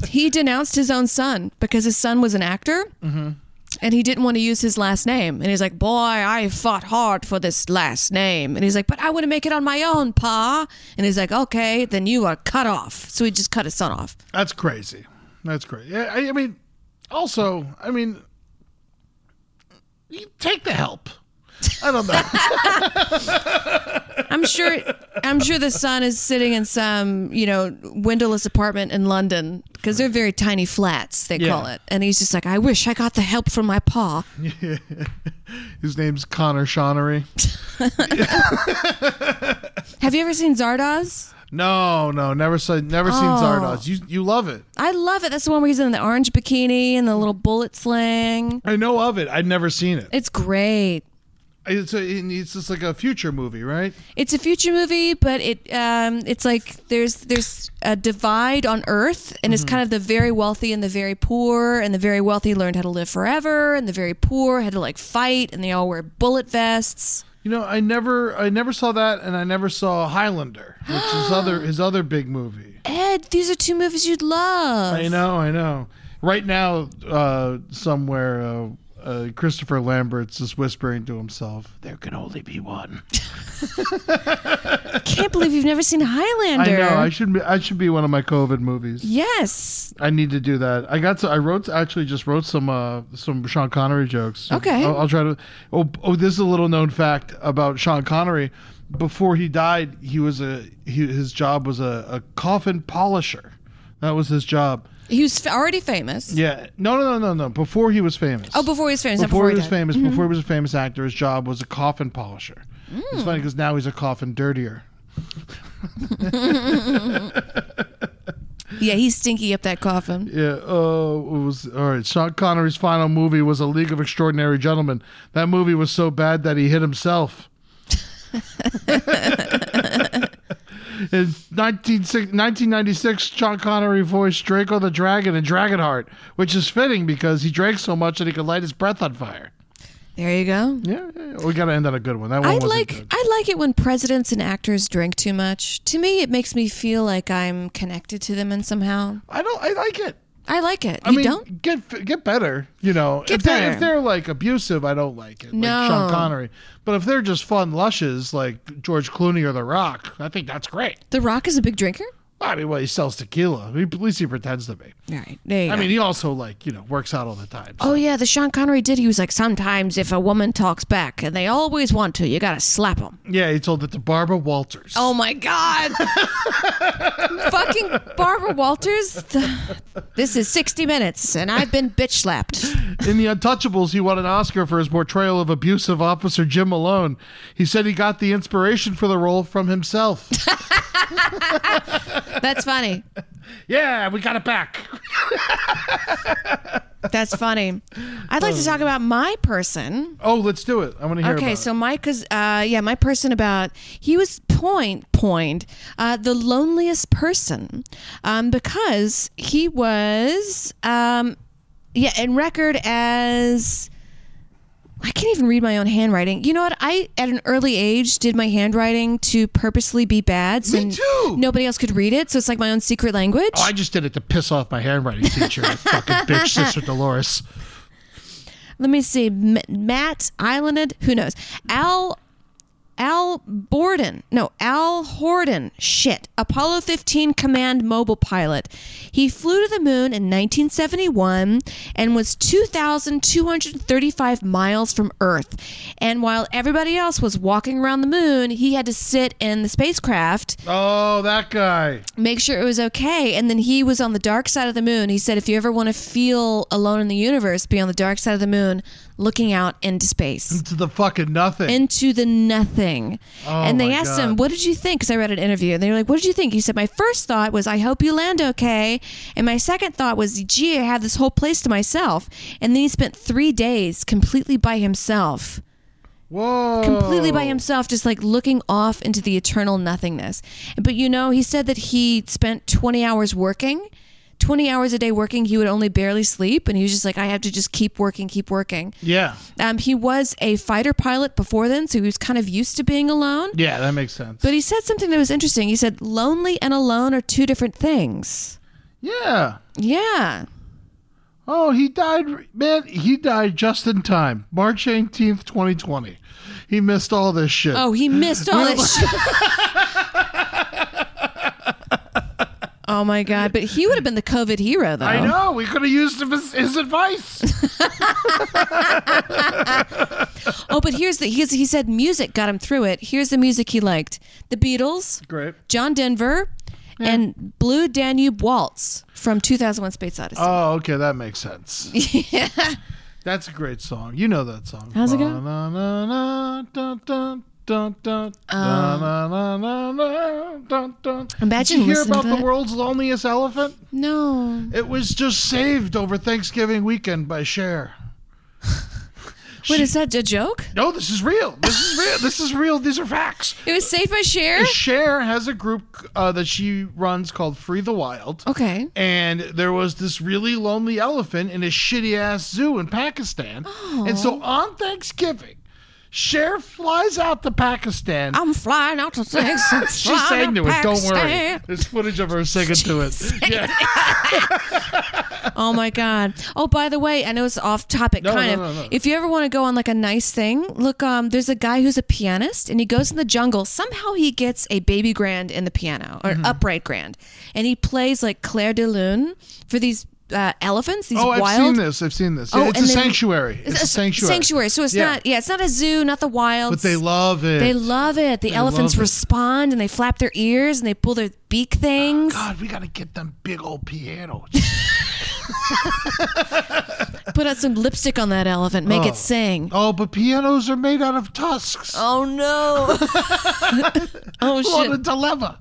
he denounced his own son because his son was an actor and he didn't want to use his last name. And he's like, Boy, I fought hard for this last name. And he's like, But I want to make it on my own, Pa. And he's like, Okay, then you are cut off. So he just cut his son off. That's crazy. That's crazy. Yeah, I, I mean, also, I mean, you take the help. I don't know. I'm sure I'm sure the son is sitting in some, you know, windowless apartment in London because they're very tiny flats, they call Yeah. it. And he's just like, I wish I got the help from my pa. His name's Connor Shonery. Have you ever seen Zardoz? No, no, never seen, never seen Zardoz. You, you love it. I love it. That's the one where he's in the orange bikini and the little bullet sling. I know of it. I've never seen it. It's great. It's a, it's just like a future movie, right? It's a future movie, but it um, it's like there's there's a divide on Earth, and Mm-hmm. it's kind of the very wealthy and the very poor, and the very wealthy learned how to live forever, and the very poor had to like fight, and they all wear bullet vests. You know, I never, I never saw that, and I never saw Highlander, which is other his other big movie. Ed, these are two movies you'd love. I know, I know. Right now, uh, somewhere, uh, uh, Christopher Lambert's just whispering to himself, "There can only be one." I can't believe you've never seen Highlander. I know. I should. Be, I should be one of my COVID movies. yes. I need to do that. I got. To, I wrote. Actually, just wrote some. Uh, some Sean Connery jokes. Okay. I'll, I'll try to. Oh, oh, this is a little known fact about Sean Connery. Before he died, he was a. He, his job was a, a coffin polisher. That was his job. He was f- already famous. Yeah. No. No. No. No. No. Before he was famous. Oh, before he was famous. not Before he was died. famous, before he was a famous actor, his job was a coffin polisher. It's funny because now he's a coffin dirtier. Yeah, he's stinky up that coffin. Yeah, uh, it was all right. Sean Connery's final movie was A League of Extraordinary Gentlemen. That movie was so bad that he hit himself. In 19, 1996, Sean Connery voiced Draco the Dragon in Dragonheart, which is fitting because he drank so much that he could light his breath on fire. There you go. Yeah, yeah, we got to end on a good one. That one I wasn't like good. I like it when presidents and actors drink too much. To me, it makes me feel like I'm connected to them in somehow. I don't. I like it. I like it. I you mean, don't? get f- get better. You know, Get if, They're, better. if they're like abusive, I don't like it. No. like Sean Connery. But if they're just fun lushes like George Clooney or The Rock, I think that's great. The Rock is a big drinker. I mean, well, he sells tequila. He, at least he pretends to be. All right, there you I go. mean, he also like you know works out all the time. so- oh yeah, the Sean Connery did. He was like, sometimes if a woman talks back, and they always want to, you gotta slap them. Yeah, he told it to Barbara Walters. Oh my God. Fucking Barbara Walters. The- This is 60 Minutes, and I've been bitch slapped. In The Untouchables, he won an Oscar for his portrayal of abusive officer Jim Malone. He said he got the inspiration for the role from himself. That's funny. yeah, we got it back. That's funny. I'd like to Um, talk about my person. Oh, let's do it. I want to hear. Okay, about so it. Mike is, uh, yeah, my person about, he was point, point, uh, the loneliest person um, because he was, um, yeah, in record as, I can't even read my own handwriting. You know what? I, at an early age, did my handwriting to purposely be bad. So Me too. Nobody else could read it. So it's like my own secret language. Oh, I just did it to piss off my handwriting teacher, you fucking bitch, Sister Dolores. let me see M- matt islanded who knows al al borden no al horden shit apollo 15 command mobile pilot he flew to the moon in 1971 and was 2235 miles from earth and while everybody else was walking around the moon he had to sit in the spacecraft Oh, that guy. make sure it was okay. And then he was on the dark side of the moon. He said, if you ever want to feel alone in the universe, be on the dark side of the moon, looking out into space, To the fucking nothing. into the nothing. and they Oh my asked God. him, what did you think? Because I read an interview. And they were like, what did you think? He said, my first thought was, I hope you land okay. And my second thought was, gee, I have this whole place to myself. And then he spent three days completely by himself Whoa. completely by himself, just like looking off into the eternal nothingness. But you know, he said that he spent 20 hours working, 20 hours a day working. He would only barely sleep. And he was just like, I have to just keep working, keep working. Yeah. Um, he was a fighter pilot before then, so he was kind of used to being alone. Yeah, that makes sense. But he said something that was interesting. He said, lonely and alone are two different things. Yeah. Yeah. Oh, he died, man. He died just in time, March eighteenth, twenty twenty. He missed all this shit. Oh, he missed all that shit. oh my god! But he would have been the COVID hero, though. I know. We could have used his, his advice. Oh, but here's the he's, he said music got him through it. Here's the music he liked: the Beatles, Great. John Denver, and Blue Danube Waltz from 2001: Space Odyssey. Oh, okay, that makes sense. Yeah. That's a great song. You know that song. How's it go? Oh. go? Imagine Did you hear listening about to the that. world's loneliest elephant? no, It was just saved over Thanksgiving weekend by Cher. wait, is that a joke? No, this is real. This is real. This is real. These are facts. It was saved by Cher. Cher has a group uh, that she runs called Free the Wild. Okay. and there was this really lonely elephant in a shitty ass zoo in Pakistan. And so on Thanksgiving, Cher flies out to Pakistan. I'm flying out to Texas. she sang to it, don't worry. Pakistan. There's footage of her singing to it. Yeah. Oh my God. Oh, by the way, I know it's off topic, No, kind no, of. no, no. If you ever want to go on like a nice thing, look, um, there's a guy who's a pianist and he goes in the jungle. Somehow he gets a baby grand in the piano Mm-hmm. or an upright grand. And he plays like Claire de Lune for these uh, elephants, these Oh, wild. I've seen this. I've seen this. Oh, it's a and then- sanctuary. It's, a sanctuary. Sanctuary. So it's Yeah. not, yeah, it's not a zoo, not the wild. But they love it. They love it. The They elephants love it. respond and they flap their ears and they pull their beak things. God, we got to get them big old pianos. Put out some lipstick on that elephant, make it sing. oh, but pianos are made out of tusks. Oh no! oh What shit! a dilemma.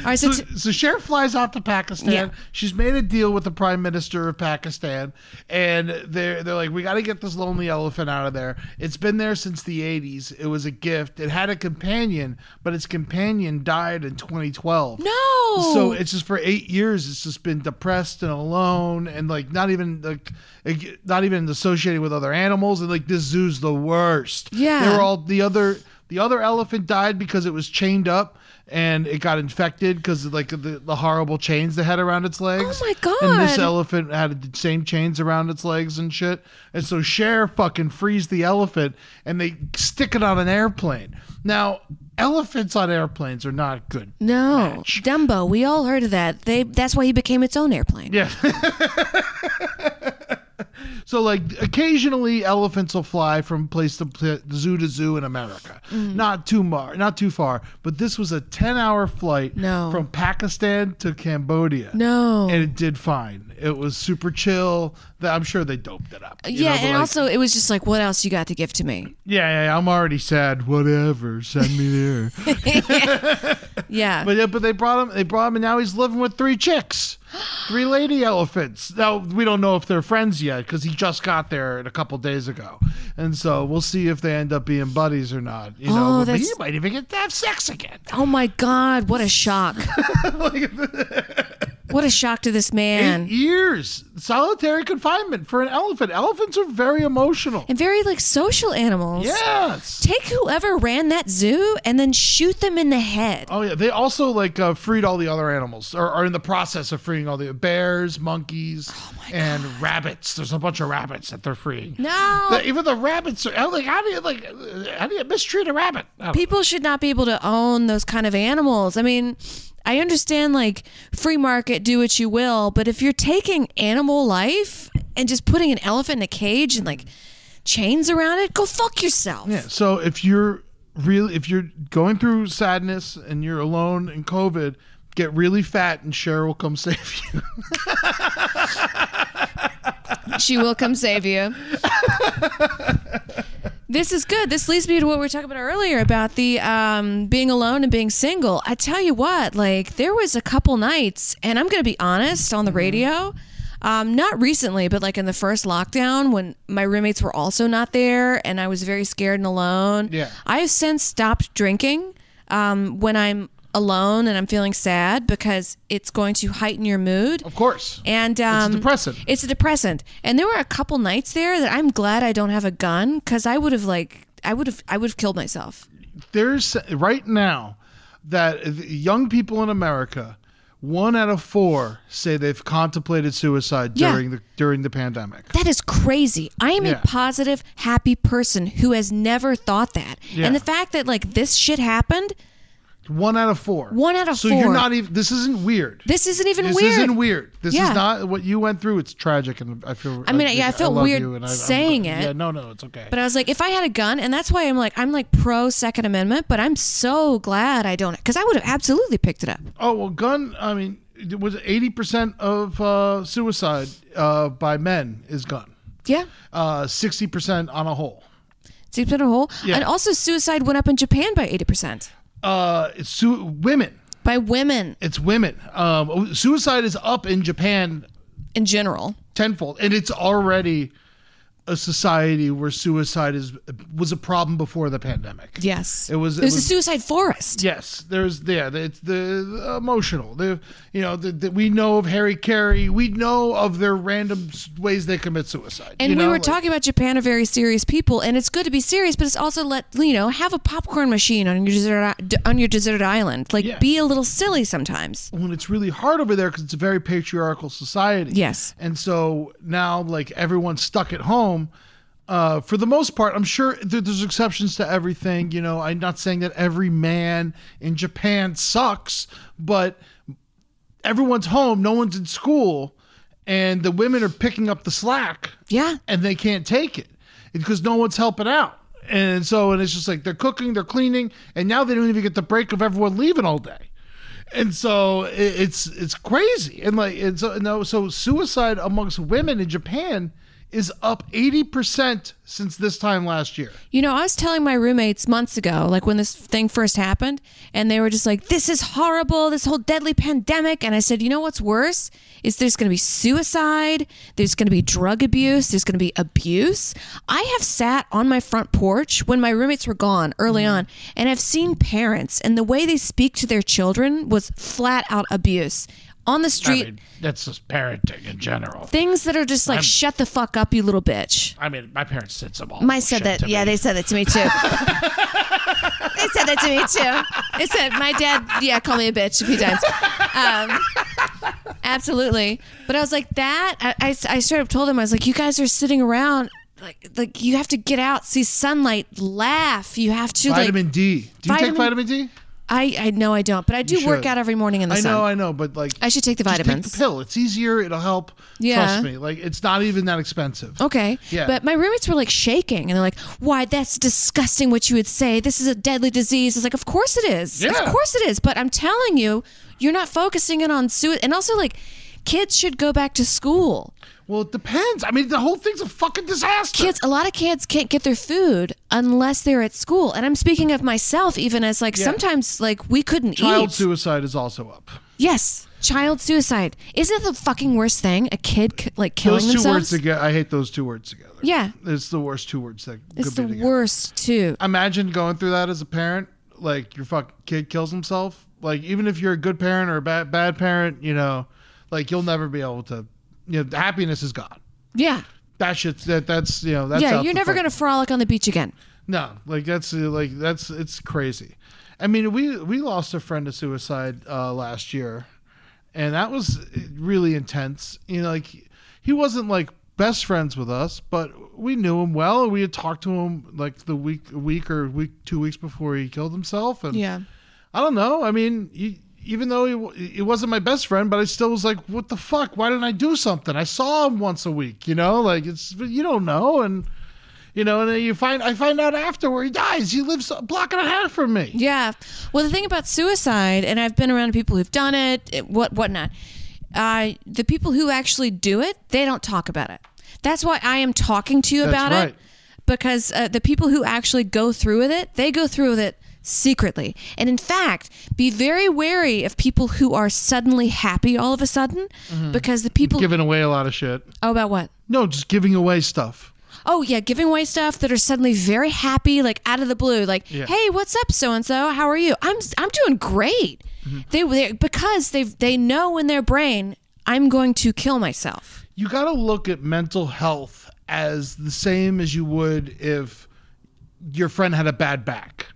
All right, so so, t- so Cher flies out to Pakistan. Yeah. She's made a deal with the prime minister of Pakistan, and they're they're like, we got to get this lonely elephant out of there. It's been there since the '80s. It was a gift. It had a companion, but its companion died in 2012. no. So it's just for eight years. It's just been depressed and alone, and like not even like ag- not even associating with other animals. And like this zoo's the worst. Yeah. they were all the other the other elephant died because it was chained up and it got infected because of like the, the horrible chains they had around its Oh legs. my And this God. elephant had the same chains around its legs and shit. And so Cher fucking frees the elephant and they stick it on an airplane. Now elephants on airplanes are not good. no, Dumbo. We all heard of that. They that's why he became its own airplane. Yeah. so, like, occasionally elephants will fly from place to pla zoo to zoo in America. Mm-hmm. Not too far, not too far. But this was a ten-hour flight No. from Pakistan to Cambodia. No. and it did fine. It was super chill. Th- I'm sure they doped it up. you Yeah, know, but and like, also it was just like, what else you got to give to me? yeah, yeah, yeah, I'm already sad. Whatever, send me there. Yeah. But yeah, but they brought him. They brought him, and now he's living with three chicks, three lady elephants. Now we don't know if they're friends yet because he just got there a couple days ago, and so we'll see if they end up being buddies or not. You Oh, know, but he that's- might even get to have sex again. oh my God! What a shock! what a shock to this man. Eight years solitary confinement for an elephant. Elephants are very emotional. and very like social animals. Yes. Take whoever ran that zoo and then shoot them in the head. Oh yeah, they also like uh, freed all the other animals, or are in the process of freeing all the bears, monkeys, and rabbits. There's a bunch of rabbits that they're freeing. Oh No. The- even the rabbits are I'm like how do you like uh, how do you mistreat a rabbit? I don't- people should not be able to own those kind of animals. I mean, I understand like free market, do what you will, but if you're taking animal life and just putting an elephant in a cage and like chains around it, go fuck yourself. Yeah, so if you're really if you're going through sadness and you're alone and COVID, get really fat and Cher will come save you. She will come save you. this is good. This leads me to what we were talking about earlier about the um, being alone and being single. I tell you what, like there was a couple nights, and I'm going to be honest on the Mm-hmm. radio. Um, not recently, but like in the first lockdown when my roommates were also not there and I was very scared and alone. Yeah. I have since stopped drinking um, when I'm alone and I'm feeling sad because it's going to heighten your mood. Of course. And um, depressant. It's a depressant. And there were a couple nights there that I'm glad I don't have a gun because I would have like I would have I would have killed myself. There's right now that the young people in America One out of four say they've contemplated suicide Yeah. during the during the pandemic. That is crazy. I am Yeah. a positive, happy person who has never thought that. Yeah. And the fact that like this shit happened, One out of four. One out of so So you're four. not even. This isn't weird. this isn't even this weird. isn't weird. This Yeah. is not what you went through. It's tragic, and I feel. I mean, yeah, I felt love weird you and I- I'm- saying it. Yeah, no, no, it's okay. But I was like, if I had a gun, and that's why I'm like, I'm like pro Second Amendment, but I'm so glad I don't, because I would have absolutely picked it up. oh well, gun. I mean, it was eighty percent of uh, suicide uh, by men is gun. Uh, Yeah, Sixty percent on a whole. deep in a hole. Yeah. And also, suicide went up in Japan by eighty percent Uh, it's su- women. by women It's women. Um, suicide is up in Japan in general. tenfold, and it's already a society where suicide is was a problem before the pandemic. Yes, It was- it There's was- a suicide forest. Yes, there's yeah, it's the, the emotional. The you know the, the, we know of Harry Carey. We know of their random s- ways they commit suicide. And you we know, were like- talking about Japan are very serious people, and it's good to be serious, but it's also let you know have a popcorn machine on your desert i- d- on your deserted island. Like, Yeah. be a little silly sometimes. when it's really hard over there because it's a very patriarchal society. Yes. And so now, like, everyone's stuck at home. Uh, for the most part, I'm sure there, there's exceptions to everything. You know, I'm not saying that every man in Japan sucks, but everyone's home, no one's in school, and the women are picking up the slack Yeah, and they can't take it because no one's helping out. And so, and it's just like they're cooking, they're cleaning, and now they don't even get the break of everyone leaving all day. And so it, it's it's crazy. And like and so no, so suicide amongst women in Japan is up eighty percent since this time last year. You know, I was telling my roommates months ago, like when this thing first happened, and they were just like, this is horrible, this whole deadly pandemic. And I said, you know what's worse? Is there's going to be suicide, there's going to be drug abuse, there's going to be abuse. I have sat on my front porch when my roommates were gone early on, and I've seen parents, and the way they speak to their children was flat out abuse. On the street, that's just parenting in general. things that are just like, shut the fuck up, you little bitch. I mean, my parents said some awful My said that. Yeah, they said that to me too. they said that to me too. They said my dad. Yeah, call me a bitch a few times. Um, absolutely. But I was like that. I, I, I straight up told them I was like, you guys are sitting around. Like, like you have to get out, see sunlight, laugh. You have to vitamin like. D. Do you take Vitamin- vitamin D? I I know I don't, but I do work should. out every morning in the I sun. know, I know, but like I should take the just vitamins. the pill. It's easier. It'll help. Yeah. Trust me. Like it's not even that expensive. Okay. Yeah. But my roommates were like shaking and they're like, why, that's disgusting what you would say. This is a deadly disease. It's like, of course it is. Yeah. Of course it is. But I'm telling you, you're not focusing in on suicide. And also, like, kids should go back to school. Well, it depends. I mean, the whole thing's a fucking disaster. Kids, a lot of kids can't get their food unless they're at school. And I'm speaking of myself, even as like sometimes, like, we couldn't Child eat. suicide is also up. yes. Child suicide. Isn't it the fucking worst thing? A kid, c- like, killing Those two words themselves? together. I hate those two words together. Yeah. It's the worst two words that it's could the be together. worst, too. Imagine going through that as a parent. Like your fucking kid kills himself. Like even if you're a good parent or a bad bad parent, you know, like you'll never be able to. You know, happiness is gone. Yeah. That shit's that. That's you know. That's yeah, out you're the never fucking- gonna frolic on the beach again. No, like that's uh, like that's it's crazy. I mean, we we lost a friend to suicide uh, last year, and that was uh, really intense. You know, like he wasn't like best friends with us, but we knew him well. and We had talked to him like the week week or week two weeks before he killed himself, and I don't know. I mean, he, even though he, wa- he wasn't my best friend, but I still was like, what the fuck? Why didn't I do something? I saw him once a week, you know? Like, it's, you don't know. And, you know, and then you find, I find out after where he dies. He lives a block and a half from me. Yeah. Well, the thing about suicide, and I've been around people who've done it, it- what whatnot. Uh, the people who actually do it, they don't talk about it. That's why I am talking to you That's about right. it, because uh, the people who actually go through with it, they go through with it secretly. And in fact, be very wary of people who are suddenly happy all of a sudden, Mm-hmm. because the people. Giving away a lot of shit. oh, about what? No, just giving away stuff. Oh yeah, giving away stuff that are suddenly very happy, like out of the blue, like, Yeah. "Hey, what's up, so and so? How are you? I'm I'm doing great." Mm-hmm. They they because they they know in their brain, I'm going to kill myself. You got to look at mental health as the same as you would if your friend had a bad back.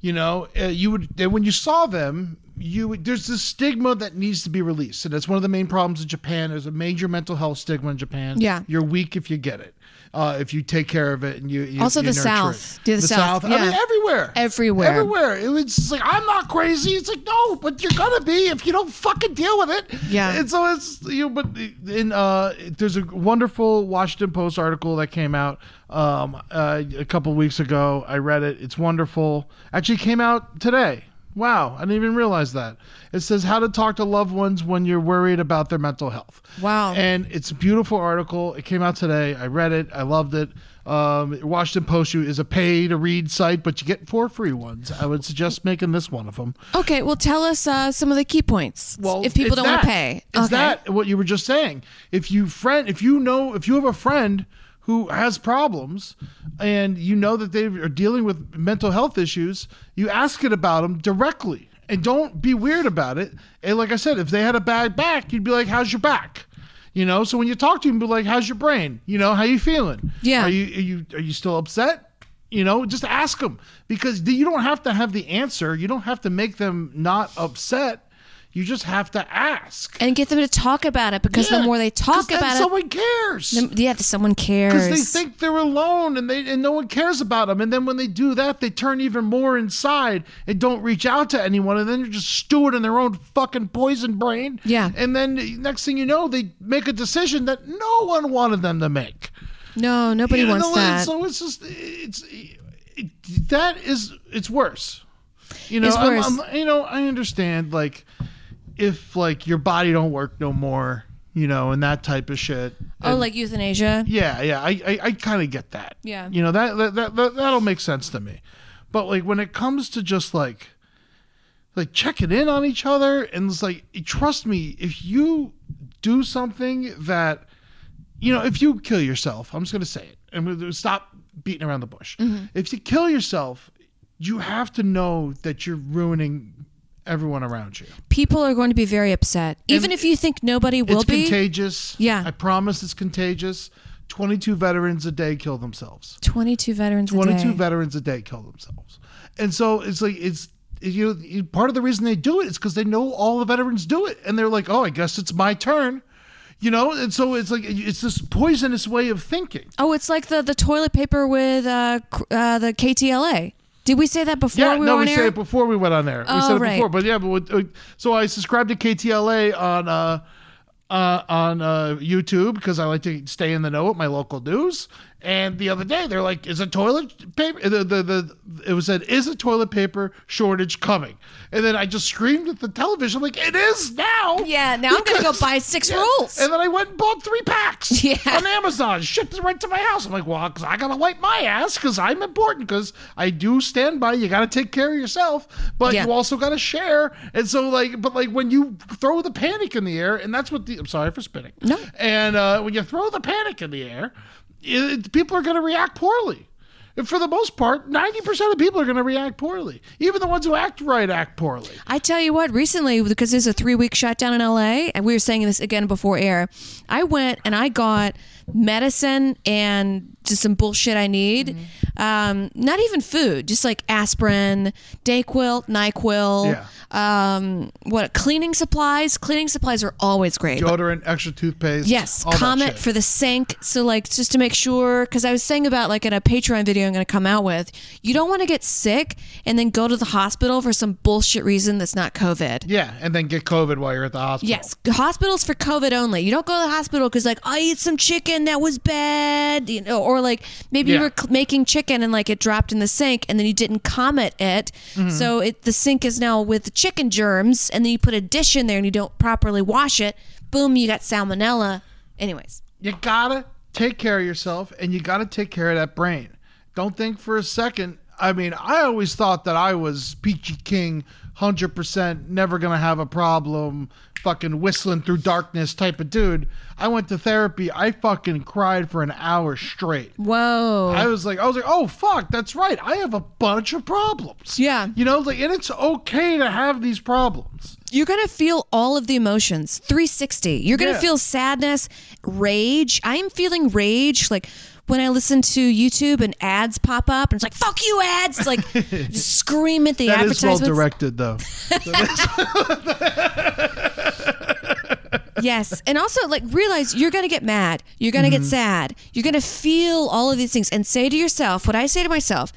You know, uh, you would, and when you saw them, you there's this stigma that needs to be released, and that's one of the main problems in Japan. There's a major mental health stigma in Japan. Yeah. you're weak if you get it, uh, if you take care of it, and you, you Also you the nurture South. it. Do the South, I mean, yeah. everywhere, Everywhere. everywhere. It was just like I'm not crazy. It's like no, but you're gonna be if you don't fucking deal with it. Yeah. and so it's you. Know, but in uh, there's a wonderful Washington Post article that came out um uh, a couple weeks ago. I read it. It's wonderful. Actually, came out today. Wow, I didn't even realize that. It says how to talk to loved ones when you're worried about their mental health. Wow. And it's a beautiful article. It came out today. I read it. I loved it. Um, Washington Post is a pay to read site, but you get four free ones. I would suggest making this one of them. Okay, well, tell us uh, some of the key points. if people it's don't want that. to pay, Is okay. that what you were just saying? If you friend, if you know, if you have a friend who has problems, and you know that they are dealing with mental health issues, you ask it about them directly, and don't be weird about it. And like I said, if they had a bad back, you'd be like, "How's your back?" You know. So when you talk to them, be like, "How's your brain? You know, how you feeling? Yeah. Are you are you are you still upset?" You know, just ask them because you don't have to have the answer. You don't have to make them not upset. You just have to ask. and get them to talk about it because the Yeah, more they 'cause talk then about someone cares. it, the- yeah, the- someone cares. because they think they're alone and they and no one cares about them. And then when they do that, they turn even more inside and don't reach out to anyone. And then they're just steward in their own fucking poison brain. Yeah. And then next thing you know, they make a decision that no one wanted them to make. no, nobody You wants know, and that. So it's just it's it, that is it's worse. You know, It's I'm- worse. I'm- you know, I understand like if like your body don't work no more, you know, and that type of shit. oh, like euthanasia. Yeah, yeah, I I, I kind of get that. Yeah. you know that that, that that that'll make sense to me, but like when it comes to just like like checking in on each other and it's like trust me if you do something that you know if you kill yourself i'm just going to say it and we'll- stop beating around the bush Mm-hmm. if you kill yourself you have to know that you're ruining everyone around you People are going to be very upset, even if you think nobody will it's be. contagious Yeah. i promise it's contagious 22 veterans a day kill themselves Twenty-two veterans. a day. 22 veterans a day kill themselves. And so it's like, it's, you know, you- part of the reason they do it is because they know all the veterans do it. And they're like, oh, I guess it's my turn. You know, and so it's like, it's this poisonous way of thinking. Oh, it's like the the toilet paper with uh, cr- uh the KTLA. Did we say that before Yeah, we were no, on we air? said it before we went on there. we Oh, said it right. before, but yeah, but with, uh, so I subscribed to KTLA on uh, uh, on uh, YouTube because I like to stay in the know with my local news. And the other day, they're like, "Is a toilet paper?" The, the, the it was said, "Is a toilet paper shortage coming?" And then I just screamed at the television, like, "It is now!" Yeah, now I'm gonna go Because- buy six Yeah. rolls. And then I went and bought three packs Yeah. on Amazon, shipped it right to my house. I'm like, well, 'cause I gotta wipe my ass because I'm important because I do stand by. You gotta take care of yourself, but Yeah. you also gotta share. And so, like, but like when you throw the panic in the air, and that's what the I'm sorry for spinning. No. And uh, when you throw the panic in the air, it, people are gonna react poorly. And for the most part, 90% of people are going to react poorly. Even the ones who act right act poorly. I tell you what, recently, because there's a three week shutdown in LA, and we were saying this again before air, I went and I got medicine and just some bullshit I need. Um, not even food, just like aspirin, Dayquil, NyQuil, um, what, cleaning supplies. Cleaning supplies are always great. Deodorant, extra toothpaste. Yes, all that comment shit. for the sink. So like just to make sure, because I was saying about like in a Patreon video I'm going to come out with, you don't want to get sick and then go to the hospital for some bullshit reason that's not COVID. Yeah, and then get COVID while you're at the hospital. Yes, hospitals for COVID only. You don't go to the hospital because like I ate some chicken that was bad, you know, or like maybe you Yeah. were cl- making chicken and like it dropped in the sink and then you didn't comment it, Mm-hmm. so it the sink is now with the chicken germs, and then you put a dish in there and you don't properly wash it. Boom, you got salmonella. Anyways. You gotta take care of yourself and you gotta take care of that brain. Don't think for a second. I mean, I always thought that I was Peachy King, 100%, never gonna have a problem, fucking whistling through darkness type of dude. I went to therapy. I fucking cried for an hour straight. Whoa. I was like, I was like, oh fuck, that's right. I have a bunch of problems. Yeah. you know, like, and it's okay to have these problems. You're going to feel all of the emotions 360. You're going to Yeah. feel sadness, rage. I'm feeling rage. Like, when I listen to YouTube and ads pop up and it's like fuck you ads, it's like scream at the That is well advertisements. directed, though. Yes. And also, like, realize you're going to get mad. You're going to get sad. You're going to feel all of these things and say to yourself, what I say to myself,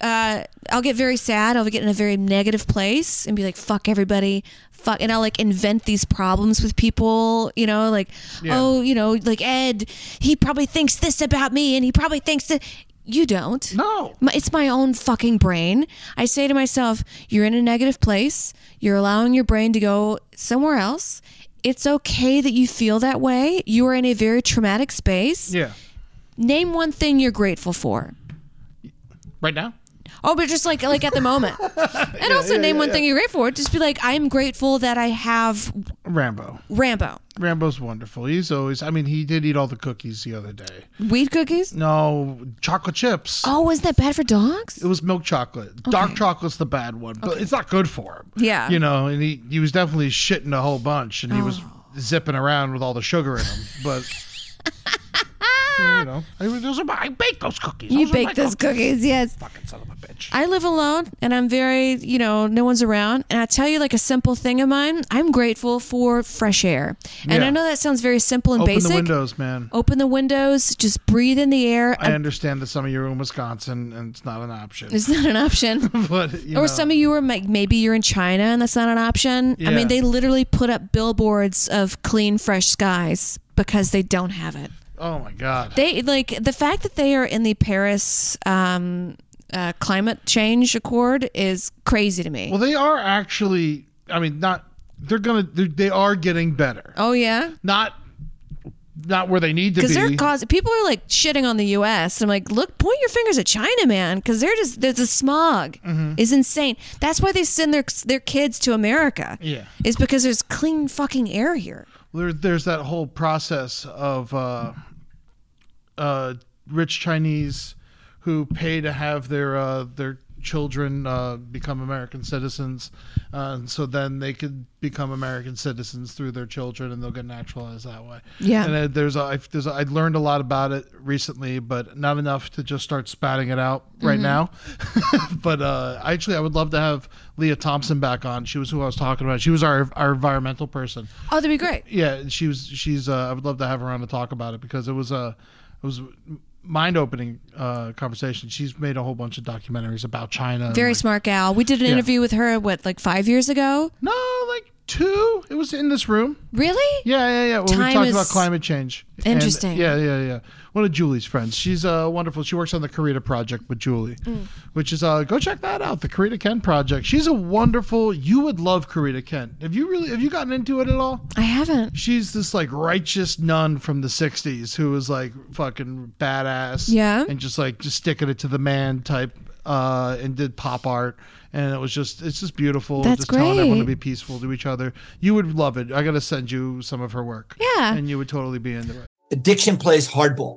uh, I'll get very sad. I'll get in a very negative place and be like, fuck everybody. Fuck. And I'll like invent these problems with people, you know, like, oh, you know, like Ed, he probably thinks this about me and he probably thinks that. You don't. No. My- It's my own fucking brain. I say to myself, you're in a negative place. You're allowing your brain to go somewhere else. It's okay that you feel that way. You are in a very traumatic space. Yeah. Name one thing you're grateful for. Right now? Oh, but just like like at the moment. And also name one thing you're grateful for. Just be like, I'm grateful that I have Rambo. Rambo. Rambo's wonderful. He's always, I mean, he did eat all the cookies the other day. Weed cookies? No, chocolate chips. Oh, isn't that bad for dogs? It was milk chocolate. Dark chocolate's the bad one, but it's not good for him. Yeah. You know, and he, he was definitely shitting a whole bunch and he was Oh. zipping around with all the sugar in him. But, you know, I, mean, those are my, I bake those cookies. You Those are my bake those cookies, yes. Fucking son of a bitch. I live alone and I'm very, you know, no one's around. And I tell you, like, a simple thing of mine, I'm grateful for fresh air. And Yeah. I know that sounds very simple and Open basic. Oh, the windows, man. Open the windows, just breathe in the air. I understand that some of you are in Wisconsin and it's not an option. it's not an option. but, you or know, some of you are like, maybe you're in China and that's not an option. I Yeah. mean, they literally put up billboards of clean, fresh skies because they don't have it. oh my God. They like the fact that they are in the Paris um, uh, climate change accord is crazy to me. Well, they are actually. I mean, not. They're gonna. They're, they are getting better. oh, yeah. Not. Not where they need to be. because they're causing people are like shitting on the U.S. I'm like, look, point your fingers at China, man, because they're just there's the smog Mm-hmm. is insane. That's why they send their their kids to America. Yeah. is because there's clean fucking air here. there, there's that whole process of uh, uh, rich Chinese who pay to have their uh, their children uh, become American citizens, uh, and so then they could become American citizens through their children, and they'll get naturalized that way. Yeah. and uh, there's a, I've, there's a, I've learned a lot about it recently, but not enough to just start spouting it out right now. but uh, actually, I would love to have Leah Thompson back on. She was who I was talking about. She was our our environmental person Oh, that'd be great. yeah she was she's uh, i would love to have her on to talk about it because it was a it was mind opening uh conversation she's made a whole bunch of documentaries about china and, Very like- smart gal. We did an interview with her what like five years ago. no like two it was in this room Really? yeah yeah yeah when Time we talked about is- climate change And- Interesting. yeah yeah yeah one of julie's friends she's uh wonderful she works on the karita project with julie Mm. which is uh go check that out the karita kent project she's a wonderful you would love karita kent have you really have you gotten into it at all I haven't. she's this like righteous nun from the 60s who was like fucking badass Yeah. and just like just sticking it to the man type uh and did pop art and it was just it's just beautiful That's just telling everyone to great. be peaceful to each other you would love it i gotta send you some of her work Yeah. and you would totally be into it Addiction plays hardball.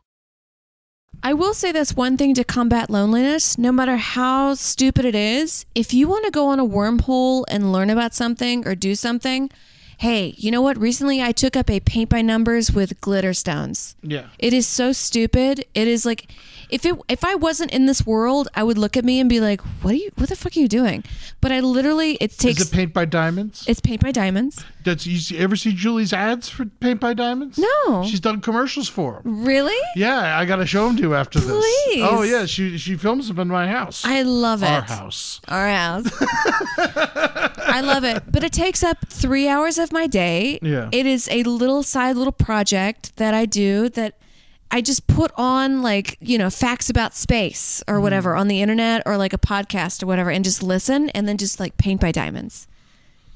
I will say this one thing to combat loneliness, no matter how stupid it is, if you want to go on a wormhole and learn about something or do something, Hey, you know what? Recently I took up a paint by numbers with glitter stones. Yeah. It is so stupid. It is like if it if I wasn't in this world, I would look at me and be like, "What are you what the fuck are you doing?" But I literally it takes Is it paint by diamonds? it's paint by diamonds. That's you see, ever see Julie's ads for paint by diamonds? No. She's done commercials for 'em. Really? Yeah, I gotta show them to you after this. Please. Oh yeah, she she films them in my house. I love it. Our house. Our house. I love it. But it takes up three hours of my day. Yeah. It is a little side little project that I do that I just put on like, you know, facts about space or Mm. whatever on the internet or like a podcast or whatever and just listen and then just like paint by diamonds.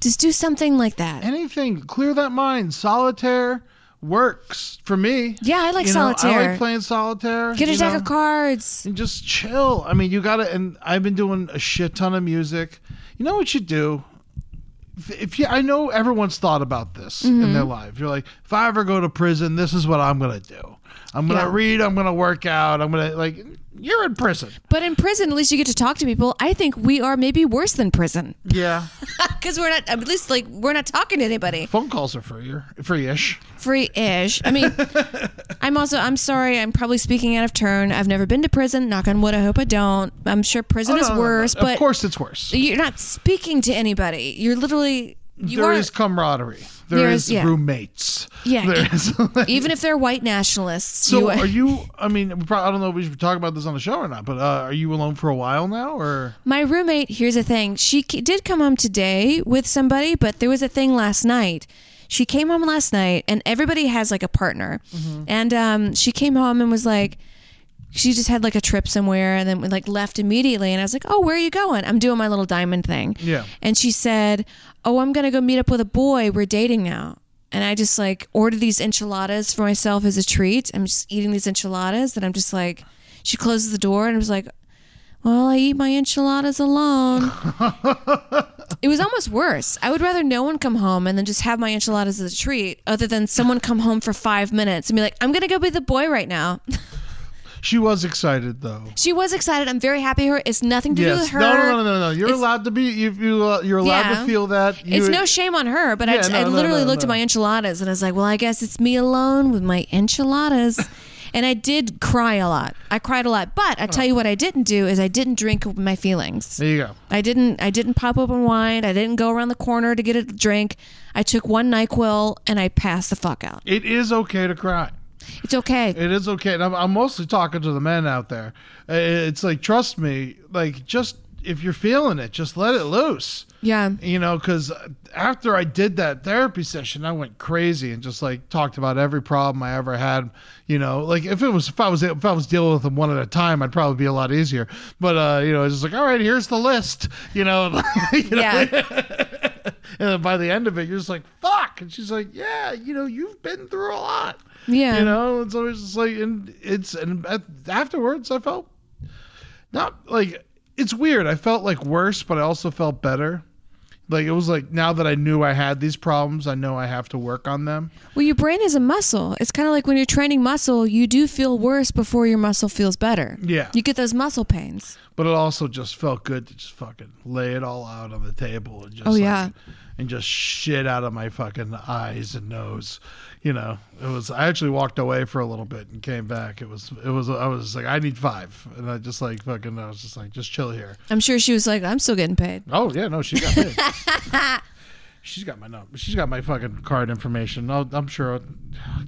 Just do something like that. Anything clear that mind. Solitaire works for me. Yeah, I like You know, I solitaire. like playing solitaire. Get a you deck know? of cards. and just chill. I mean, you gotta. And I've been doing a shit ton of music. You know what you do? If- If you, I know everyone's thought about this Mm-hmm. in their life. You're like, if I ever go to prison, this is what I'm gonna do. I'm gonna Yeah. read. I'm gonna work out. I'm gonna like. You're in prison. But in prison, at least you get to talk to people. I think we are maybe worse than prison Yeah. because we're not, at least like, we're not talking to anybody. Phone calls are free. Free-ish. free-ish. I mean, I'm also I'm sorry. I'm probably speaking out of turn. I've never been to prison. Knock on wood. I hope I don't. I'm sure prison No, is Oh, no, no, no. worse, but of course it's worse. you're not speaking to anybody. You're literally you there are is camaraderie. There There is, is- yeah. roommates. Yeah, There e- is. even if they're white nationalists. so you are you? I mean, we probably, I don't know if we should talk about this on the show or not, but uh, are you alone for a while now, or My roommate, here's the thing. She c- did come home today with somebody, but there was a thing last night. She came home last night, and everybody has like a partner. And um, she came home and was like, she just had like a trip somewhere and then we like left immediately. And I was like, oh, where are you going? I'm doing my little diamond thing. Yeah. And she said, oh, I'm going to go meet up with a boy. We're dating now. And I just like ordered these enchiladas for myself as a treat. I'm just eating these enchiladas, and I'm just like, she closes the door and I was like, well, I eat my enchiladas alone. it was almost worse. I would rather no one come home and then just have my enchiladas as a treat, other than someone come home for five minutes and be like, I'm going to go be the boy right now. she was excited though? she was excited. I'm very happy her. It's nothing to do with her. No, no, no, no, no. You're It's- allowed to be. You, you uh, you're allowed to Yeah. feel that. You, it's no shame on her, but I, Yeah, just- no, I no, literally no, looked at no. my enchiladas and I was like, well, I guess it's me alone with my enchiladas. and I did cry a lot. I cried a lot. But I tell you what I didn't do is I didn't drink my feelings. There you go. I didn't I didn't pop open wine. I didn't go around the corner to get a drink. I took one NyQuil and I passed the fuck out. It is okay to cry. It's okay. It is okay. And I'm, I'm mostly talking to the men out there. Uh, It's like, trust me. Like, just if you're feeling it, just let it loose. yeah. you know because after i did that therapy session i went crazy and just like talked about every problem i ever had you know like if it was if i was if i was dealing with them one at a time i'd probably be a lot easier but uh you know it's just like all right here's the list you know, you know? Yeah. and then by the end of it you're just like fuck and she's like yeah you know you've been through a lot Yeah. you know it's always just like and it's and at- afterwards i felt not like it's weird i felt like worse but i also felt better like it was like now that i knew i had these problems i know i have to work on them Well, your brain is a muscle. It's kind of like when you're training muscle, you do feel worse before your muscle feels better. Yeah. You get those muscle pains. but it also just felt good to just fucking lay it all out on the table and just Oh, like- yeah. and just shit out of my fucking eyes and nose you know it was i actually walked away for a little bit and came back it was it was i was just like i need five and i just like fucking i was just like just chill here I'm sure she was like, I'm still getting paid. Oh yeah, no, she got paid. She's got my number. She's got my fucking card information. I'll, I'm sure.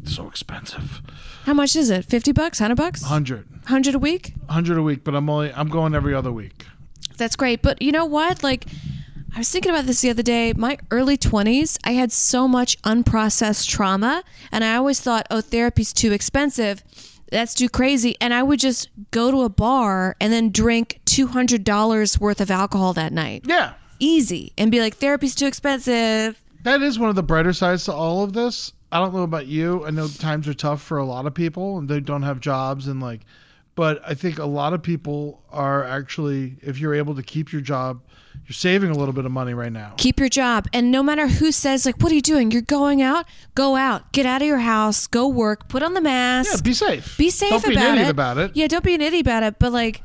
It's so expensive. How much is it? 50 bucks? 100 bucks? 100 100 a week? 100 a week, but I'm only I'm going every other week. That's great. But you know what? Like, I was thinking about this the other day. My early 20s, I had so much unprocessed trauma, and I always thought, oh, therapy's too expensive. That's too crazy. And I would just go to a bar and then drink $200 worth of alcohol that night. Yeah, Easy. And be like, therapy's too expensive. that is one of the brighter sides to all of this. I don't know about you. I know times are tough for a lot of people and they don't have jobs and like but I think a lot of people are actually if you're able to keep your job, you're saving a little bit of money right now. Keep your job. And no matter who says, like, what are you doing? You're going out? Go out. Get out of your house. Go work. Put on the mask. Yeah, be safe. be safe Don't be about, an idiot it. about it. Yeah, don't be an idiot about it. But like,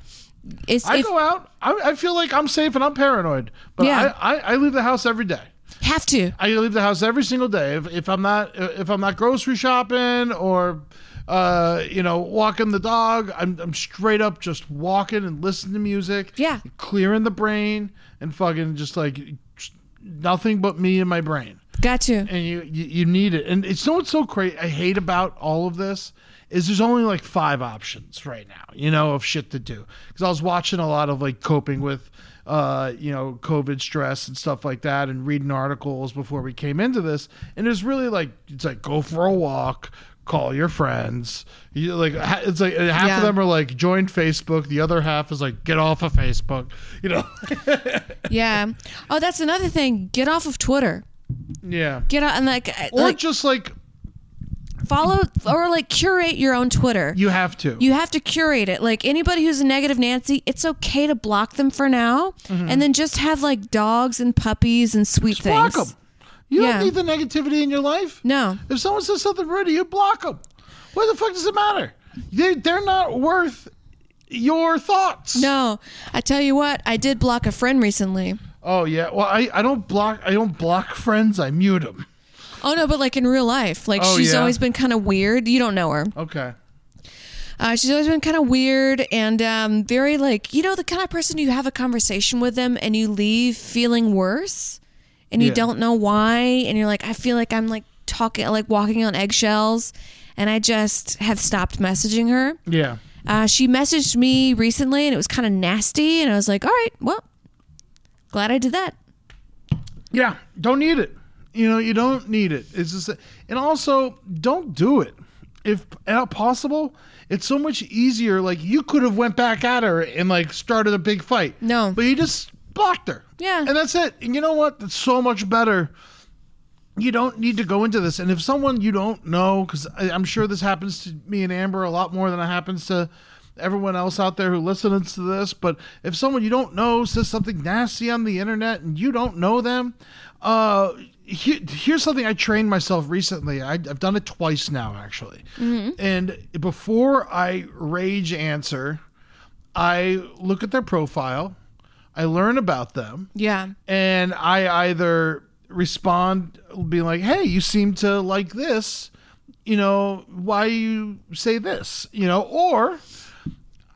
it's I if- go out. I, I feel like I'm safe and I'm paranoid, but Yeah. I, I, I leave the house every day. Have to. I leave the house every single day. If, if I'm not if I'm not grocery shopping or uh, you know walking the dog, I'm, I'm straight up just walking and listening to music. Yeah. clearing the brain and fucking just like just nothing but me and my brain. Got to. And you you, you need it. And it's you know what's so crazy. I hate about all of this is there's only like five options right now. You know of shit to do because I was watching a lot of like coping with uh, you know, COVID stress and stuff like that, and reading articles before we came into this. And it's really like it's like go for a walk, call your friends. You like ha- it's like and half Yeah. of them are like join Facebook, the other half is like get off of Facebook. You know, Yeah. Oh, that's another thing. Get off of Twitter. yeah. Get out and like, uh, Or like just like follow or like curate your own Twitter. you have to. You have to curate it. Like anybody who's a negative Nancy, it's okay to block them for now, Mm-hmm. and then just have like dogs and puppies and sweet block things. them. You Yeah. don't need the negativity in your life. No. If someone says something rude, to you block them. What the fuck does it matter? They they're not worth your thoughts. No, I tell you what, I did block a friend recently. Oh yeah. Well, I, I don't block I don't block friends. I mute them. Oh no, but like in real life, like Oh, she's yeah? always been kind of weird. You don't know her. Okay. Uh, she's always been kind of weird and um, very like you know the kind of person you have a conversation with them and you leave feeling worse, and you Yeah. don't know why, and you're like I feel like I'm like talking like walking on eggshells, and I just have stopped messaging her. Yeah. Uh, she messaged me recently and it was kind of nasty, and I was like, all right, well, glad I did that. Yeah. Don't need it. You know you don't need it. It's just and also don't do it if at possible. It's so much easier. Like you could have went back at her and like started a big fight. No. But you just blocked her. Yeah. And that's it. And you know what? That's so much better. you don't need to go into this. And if someone you don't know, because I'm sure this happens to me and Amber a lot more than it happens to everyone else out there who listens to this, but if someone you don't know says something nasty on the internet and you don't know them, uh, he- here's something I trained myself recently. I, I've done it twice now, actually. And before I rage answer, I look at their profile, I learn about them Yeah. and I either respond being like, "Hey, you seem to like this, you know, why you say this?" you know, or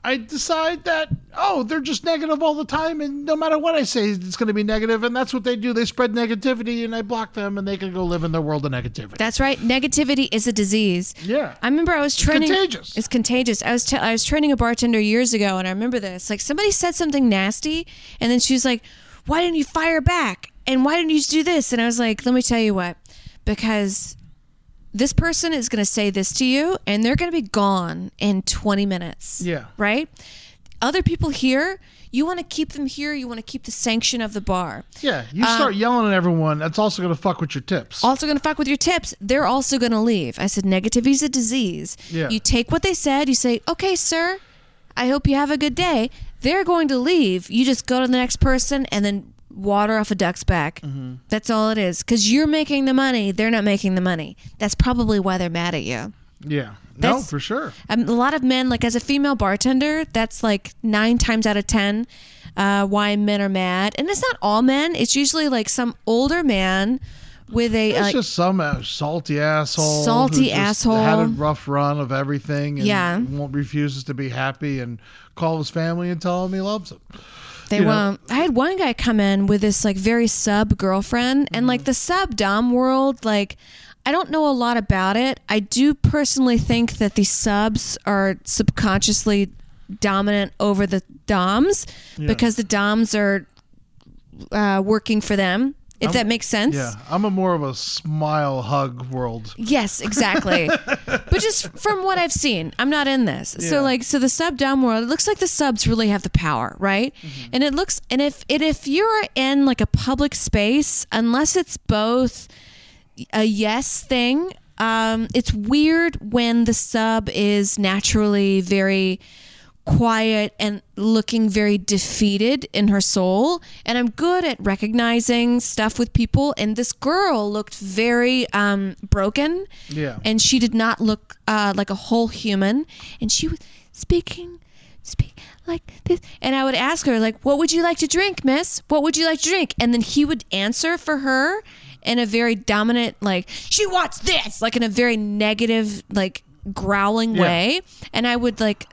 I decide that oh, they're just negative all the time and no matter what I say, it's going to be negative and that's what they do. They spread negativity and I block them and they can go live in their world of negativity. That's right. Negativity is a disease. Yeah. I remember I was training. contagious. It's contagious. I was t- I was training a bartender years ago, and I remember this. Like somebody said something nasty, and then she was like, "Why didn't you fire back? And why didn't you do this?" And I was like, "Let me tell you what, because." This person is going to say this to you, and they're going to be gone in 20 minutes. Yeah. Right? Other people here, you want to keep them here. You want to keep the sanction of the bar. yeah, you start Um, yelling at everyone, that's also going to fuck with your tips. also going to fuck with your tips. They're also going to leave. I said, negativity is a disease. Yeah. You take what they said, you say, okay, sir, I hope you have a good day. They're going to leave. You just go to the next person and then water off a duck's back. Mm-hmm. That's all it is. Because you're making the money, they're not making the money. That's probably why they're mad at you. yeah. No, That's- for sure. Um, a lot of men, like as a female bartender, that's like nine times out of ten uh, why men are mad. And it's not all men, it's usually like some older man. With a It's like, just some uh, salty asshole. who Salty just asshole. Had a rough run of everything. And Yeah. Won't refuses to be happy and call his family and tell him he loves him. They you know? won't. I had one guy come in with this like very sub girlfriend, and Mm-hmm. like the sub dom world, like I don't know a lot about it. I do personally think that the subs are subconsciously dominant over the doms because the doms are uh, working for them. If that makes sense. Yeah. I'm a more of a smile hug world. Yes, exactly. but just from what I've seen, I'm not in this. So like so the sub down world, it looks like the subs really have the power, right? And it looks and if and if you're in like a public space, unless it's both a yes thing, um, it's weird when the sub is naturally very quiet and looking very defeated in her soul. And I'm good at recognizing stuff with people. And this girl looked very um, broken. Yeah. And she did not look uh, like a whole human. And she was speaking, speak like this and I would ask her like what would you like to drink miss what would you like to drink and then he would answer for her in a very dominant like she wants this like in a very negative like growling way and I would like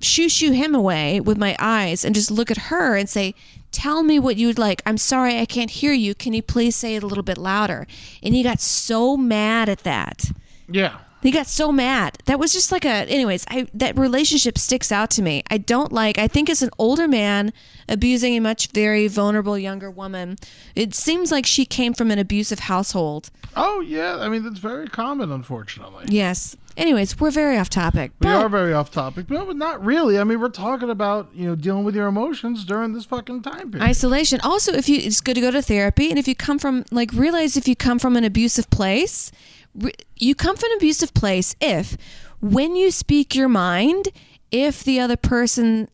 shoo shoo him away with my eyes and just look at her and say, Tell me what you'd like. I'm sorry, I can't hear you. Can you please say it a little bit louder? And he got so mad at that. Yeah. He got so mad. That was just like a anyways, I that relationship sticks out to me. I don't like I think as an older man abusing a much very vulnerable younger woman, it seems like she came from an abusive household. Oh yeah. I mean, that's very common, unfortunately. Yes. Anyways, we're very off topic. We but are very off topic, but but not really. I mean, we're talking about you know dealing with your emotions during this fucking time period. isolation also if you it's good to go to therapy and if you come from like realize if you come from an abusive place re- you come from an abusive place if when you speak your mind if the other person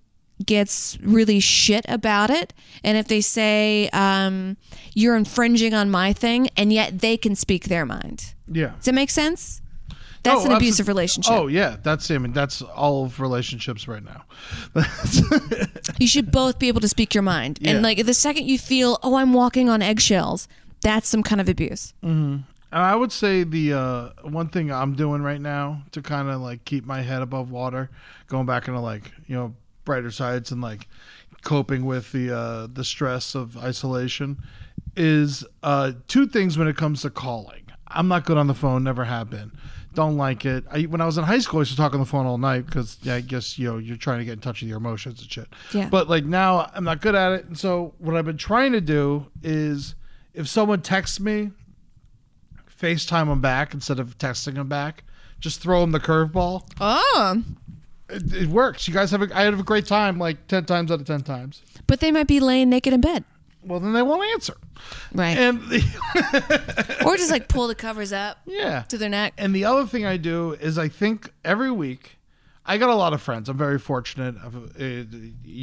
gets really shit about it and if they say um, you're infringing on my thing and yet they can speak their mind yeah. does that make sense that's Oh, an abso- abusive relationship Oh yeah, that's I mean that's all of relationships right now. you should both be able to speak your mind Yeah. and like the second you feel oh i'm walking on eggshells that's some kind of abuse And I would say the uh, one thing I'm doing right now to kind of like keep my head above water, going back into like you know brighter sides and like coping with the uh, the stress of isolation, is uh, two things when it comes to calling. I'm not good on the phone, never have been. Don't like it. I, when I was in high school, I used to talk on the phone all night because I guess you know you're trying to get in touch with your emotions and shit. Yeah. But like now, I'm not good at it. And so what I've been trying to do is, if someone texts me, FaceTime them back instead of texting them back. Just throw them the curveball. Oh, It, it works. You guys have a, I have a great time like 10 times out of 10 times. but they might be laying naked in bed. Well, then they won't answer. Right. And or just like pull the covers up yeah. to their neck. And the other thing I do is I think every week, I got a lot of friends. I'm very fortunate. I've, uh, you,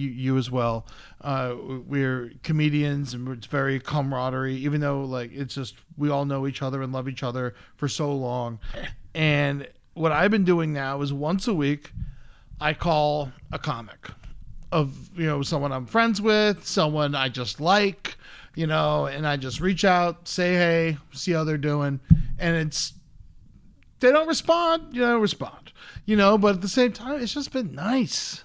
you as well. Uh, we're comedians, and it's very camaraderie. Even though like it's just we all know each other and love each other for so long. And what I've been doing now is once a week, I call a comic of you know someone I'm friends with, someone I just like, you know, and I just reach out, say hey, see how they're doing, and it's they don't respond, you know, respond. You know, but at the same time, it's just been nice.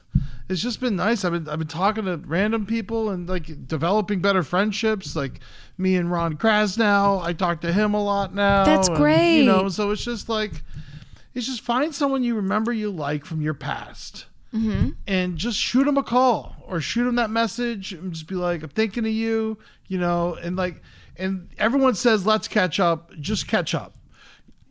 It's just been nice. I've been I've been talking to random people and like developing better friendships. Like me and Ron Kras now. I talk to him a lot now. That's and, great. you know, so it's just like it's just find someone you remember you like from your past. And just shoot them a call or shoot them that message and just be like, I'm thinking of you, you know, and like, and everyone says, let's catch up, just catch up.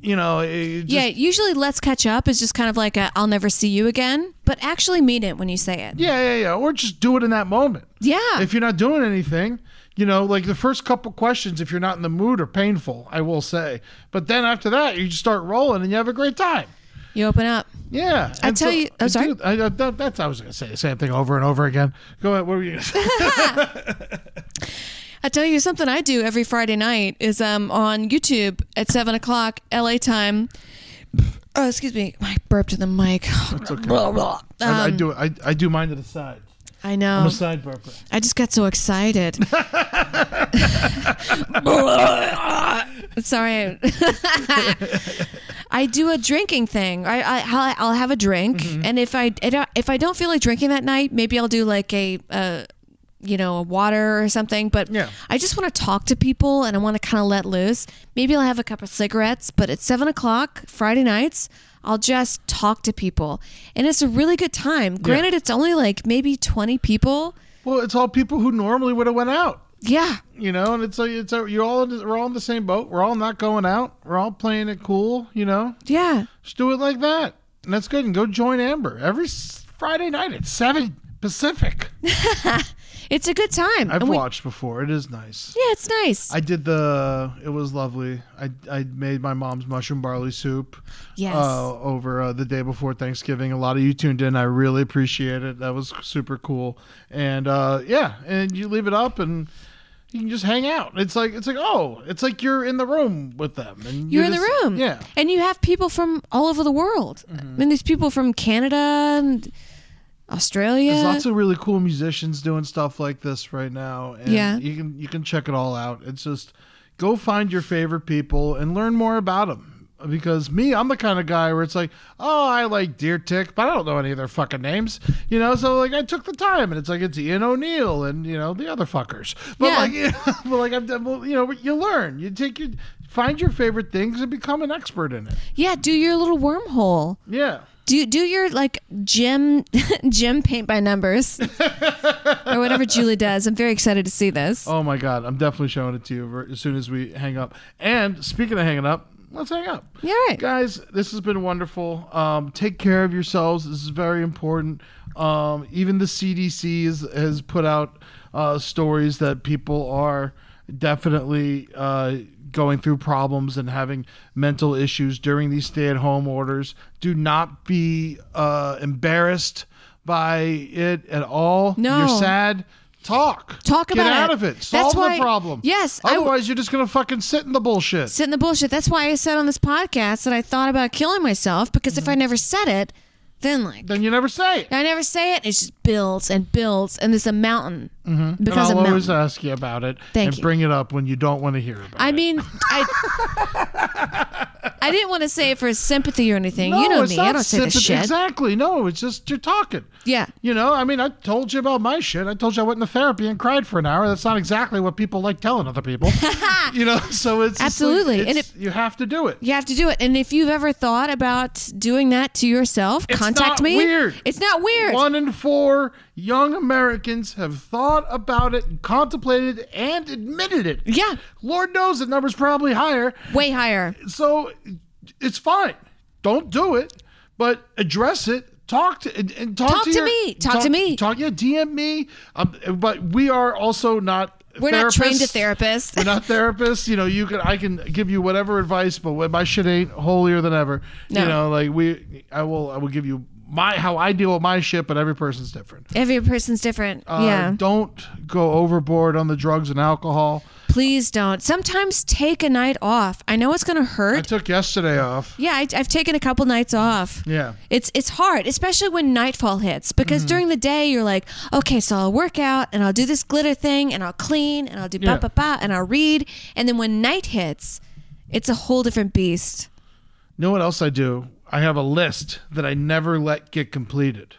You know, it- it just, yeah, usually let's catch up is just kind of like a I'll never see you again, but actually mean it when you say it. Yeah, yeah, yeah. Or just do it in that moment. Yeah. If you're not doing anything, you know, like the first couple questions, if you're not in the mood, are painful, I will say. But then after that, you just start rolling and you have a great time. You open up. Yeah. I And tell you- oh, sorry. Dude, I, I- that, that's, I was going to say the same thing over and over again. Go ahead. What were you going to say? I tell you something I do every Friday night is um on YouTube at seven o'clock LA time. Oh, excuse me, I burped in the mic. I, Um, I do I, I do mine to the side. I know. I'm a side burper. I just got so excited. Sorry. I do a drinking thing. I, I I'll- I'll have a drink, and if I I don't- if I don't feel like drinking that night, maybe I'll do like a. Uh, you know, a water or something, but Yeah. I just want to talk to people and I want to kind of let loose. Maybe I'll have a couple of cigarettes, but at seven o'clock Friday nights, I'll just talk to people. And it's a really good time. Granted, it's only like maybe 20 people. Well, it's all people who normally would have went out. Yeah. you know and it's like it's a, you're all in, we're all in the same boat we're all not going out we're all playing it cool you know Yeah. just do it like that and that's good and go join amber every s- friday night at 7 pacific It's a good time. i've And we- watched before it is nice Yeah, it's nice. i did the it was lovely i i made my mom's mushroom barley soup Yes. uh, over uh, the day before Thanksgiving. A lot of you tuned in. I really appreciate it. That was super cool. And uh, yeah, and you leave it up and you can just hang out. It's like it's like oh, it's like you're in the room with them. And You're in just- the room. Yeah. Mm-hmm. And you have people from all over the world. I mean, there's people from Canada and Australia. There's lots of really cool musicians doing stuff like this right now. And Yeah. you can you can check it all out. It's just go find your favorite people and learn more about them. Because me, I'm the kind of guy where it's like, oh, I like Deer Tick, but I don't know any of their fucking names, you know. So like, I took the time, and it's like it's Ian O'Neill and you know the other fuckers. But Yeah. like, you know, but like I'm, well, you know, you learn, you take your find your favorite things and become an expert in it. yeah, do your little wormhole. Yeah. Do do your like gym gym paint by numbers or whatever Julie does. I'm very excited to see this. Oh my god, I'm definitely showing it to you ver- as soon as we hang up. And speaking of hanging up, let's hang up. Yeah, right. guys, this has been wonderful. Um, take care of yourselves. This is very important. Um, even the CDC is, has put out uh, stories that people are definitely uh, going through problems and having mental issues during these stay-at-home orders. Do not be uh, embarrassed by it at all. No. you're sad. Talk. Talk Get about out it. of it. That's Solve the why- problem. Yes, I w- Otherwise, you're just gonna fucking sit in the bullshit. Sit in the bullshit. That's why I said on this podcast that I thought about killing myself because if I never said it, then like Mm-hmm. then you never say it. I never say it. It just builds and builds, and it's a mountain mm-hmm. And becomes I'll a mountain. always uh, ask you about it Thank and you. bring it up when you don't want to hear about I it. mean, I I didn't want to say it for sympathy or anything. no, you know it's me. not I don't say this sympathy- shit. Exactly. No, it's just you're talking. Yeah. You know, I mean, I told you about my shit. I told you I went into therapy and cried for an hour. That's not exactly what people like telling other people. you know, so it's just like- Absolutely. it's- And it- you have to do it. You have to do it. And if you've ever thought about doing that to yourself, It's contact not me. weird. It's not weird. One in four young Americans have thought about it, contemplated, it, and admitted it. Yeah. Lord knows the number's probably higher. Way higher. so it's fine. Don't do it, but address it. Talk to and, and talk, Talk to, to your- me. Talk to me. Talk yeah. DM me. Um, but we are also not. We're not trained to therapists. therapists. We're not therapists. You know, you can I can give you whatever advice, but when my shit ain't holier than ever. No. You know, like we, I will, I will give you my how I deal with my shit, but every person's different. Every person's different. Uh, yeah. Don't go overboard on the drugs and alcohol. Please don't. Sometimes take a night off. I know it's going to I hurt. took yesterday off. yeah, I, I've taken a couple nights off. Yeah. It's it's hard, especially when nightfall hits, Mm-hmm. because during the day you're like, okay, so I'll work out and I'll do this glitter thing and I'll clean and I'll do ba Yeah. ba ba and I'll read, and then when night hits, it's a whole different beast. You know what else I do? I have a list that I never let get completed.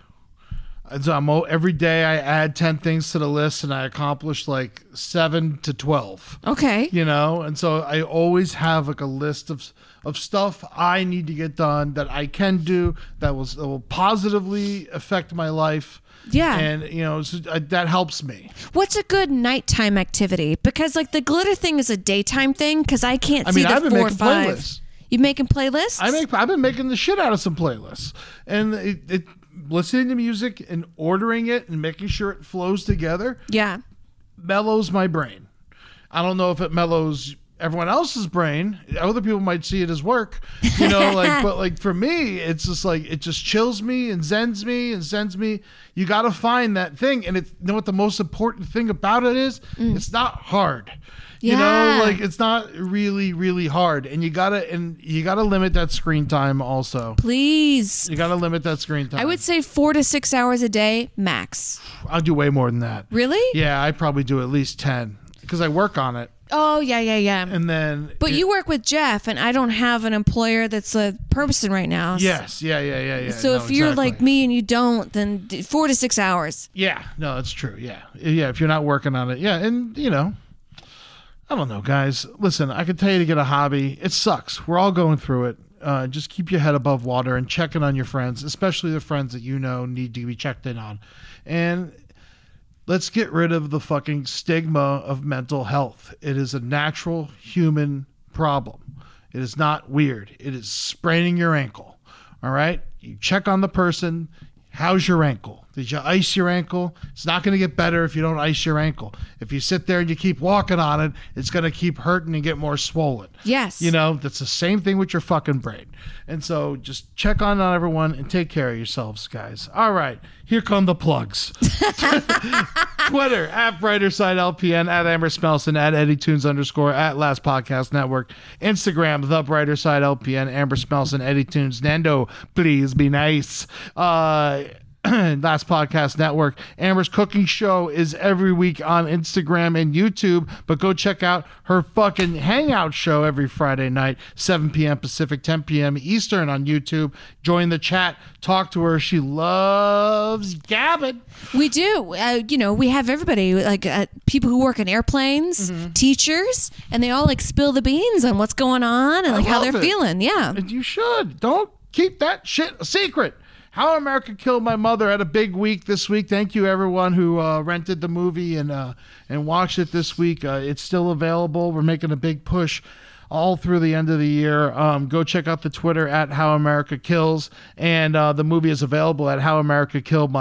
And so I'm o- every day I add ten things to the list, and I accomplish like seven to twelve. Okay. You know, and so I always have like a list of of stuff I need to get done that I can do that will that will positively affect my life. Yeah. and you know so I, that helps me. What's a good nighttime activity? Because like the glitter thing is a daytime thing because I can't I see mean, the I've been four or making five. playlists. You making playlists? I make I've been making the shit out of some playlists, and it, it listening to music and ordering it and making sure it flows together yeah. mellows my brain. I don't know if it mellows everyone else's brain. Other people might see it as work, you know. like, but like for me, it's just like it just chills me and zens me and sends me. You got to find that thing, and it's you know what the most important thing about it is. It's not hard. You Mm. Yeah. know, like it's not really, really hard, and you gotta and you gotta limit that screen time. Also, Please. you gotta limit that screen time. I would say four to six hours a day max. I'll do way more than that. Really? Yeah, I probably do at least ten because I work on it, Oh yeah, yeah, yeah. and then But you work with Jeff, and I don't have an employer that's a person right now. Yes. Yeah. Yeah. Yeah. Yeah. So No, if you're exactly. like me and you don't, then d- four to six hours. yeah, no, that's true. Yeah. Yeah. If you're not working on it, yeah, and you know, I don't know, guys. Listen, I can tell you to get a hobby. It sucks. We're all going through it. Uh, just keep your head above water and check in on your friends, especially the friends that you know need to be checked in on. And let's get rid of the fucking stigma of mental health. It is a natural human problem. It is not weird. It is spraining your ankle. All right? You check on the person. How's your ankle? Did you ice your ankle? It's not going to get better if you don't ice your ankle. If you sit there and you keep walking on it, it's going to keep hurting and get more swollen. Yes. You know, that's the same thing with your fucking brain. And so just check on everyone and take care of yourselves, guys. All right. Here come the plugs. Twitter at brighter side LPN at Amber Smelson at Eddie Tunes underscore at Last Podcast Network. Instagram the brighter side LPN Amber Smelson Eddie Tunes Nando. Please be nice. Uh, Last Podcast Network. Amber's cooking show is every week on Instagram and YouTube, but go check out her fucking hangout show every Friday night, 7 p.m. Pacific, 10 p.m. Eastern on YouTube. Join the chat, talk to her. She loves gabbing. We do. Uh, you know, we have everybody, like uh, people who work in airplanes, Mm-hmm. teachers, and they all like spill the beans on what's going on and like how love they're it. feeling. Yeah. And you should. Don't keep that shit a secret. How America Killed My Mother had a big week this week. Thank you everyone who uh, rented the movie and uh, and watched it this week. Uh, it's still available. We're making a big push all through the end of the year. Um, go check out the Twitter at How America Kills, and uh, the movie is available at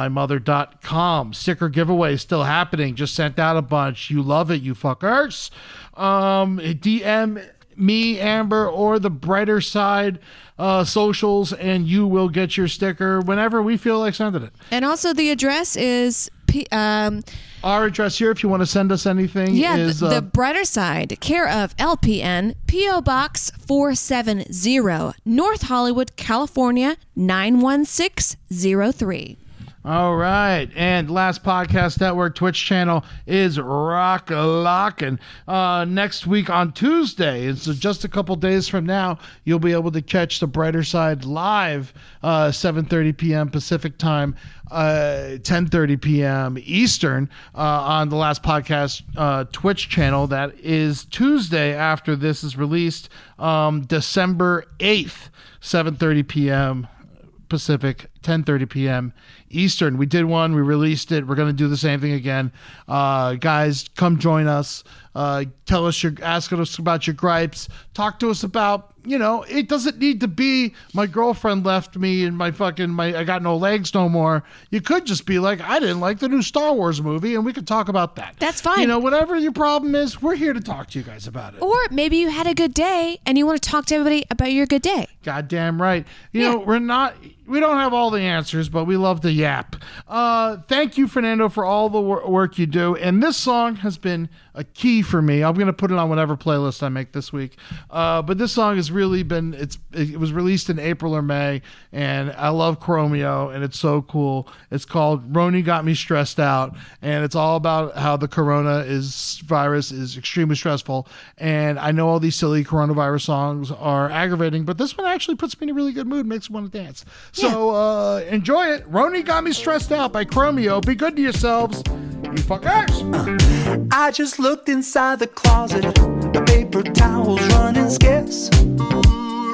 HowAmericaKilledMyMother.com. Sticker giveaway is still happening. Just sent out a bunch. You love it, you fuckers. Um, DM me, Amber, or the brighter side uh, socials, and you will get your sticker whenever we feel like sending it. And also, the address is. P- um, Our address here, if you want to send us anything, yeah, the, is uh, the brighter side, care of LPN, P.O. Box 470, North Hollywood, California 91603. all right. And last podcast network Twitch channel is rock locking. Uh, next week on Tuesday, and so just a couple days from now, you'll be able to catch the brighter side live, uh, 7:30 p.m. Pacific time, uh, 10:30 p.m. Eastern uh, on the last podcast uh, Twitch channel. That is Tuesday after this is released, um, December 8th, 7:30 p.m. Pacific, 10:30 p.m. Eastern. We did one. We released it. We're going to do the same thing again. Uh, guys, come join us. Uh, tell us your, ask us about your gripes. Talk to us about, you know, it doesn't need to be my girlfriend left me and my fucking my I got no legs no more. You could just be like, I didn't like the new Star Wars movie, and we could talk about that. That's fine. You know, whatever your problem is, we're here to talk to you guys about it. Or maybe you had a good day and you want to talk to everybody about your good day. Goddamn right. You know, we're not we don't have all the answers, but we love to yap. Uh thank you Fernando for all the wor- work you do and this song has been a key for me. I'm going to put it on whatever playlist I make this week. Uh but this song has really been it's it was released in April or May and I love Chromeo and it's so cool. It's called Roni got me stressed out and it's all about how the corona is virus is extremely stressful and I know all these silly coronavirus songs are aggravating but this one actually puts me in a really good mood makes me want to dance so uh, enjoy it Roni got me stressed out by Chromeo be good to yourselves you fuckers I just looked inside the closet. The paper towels running scarce.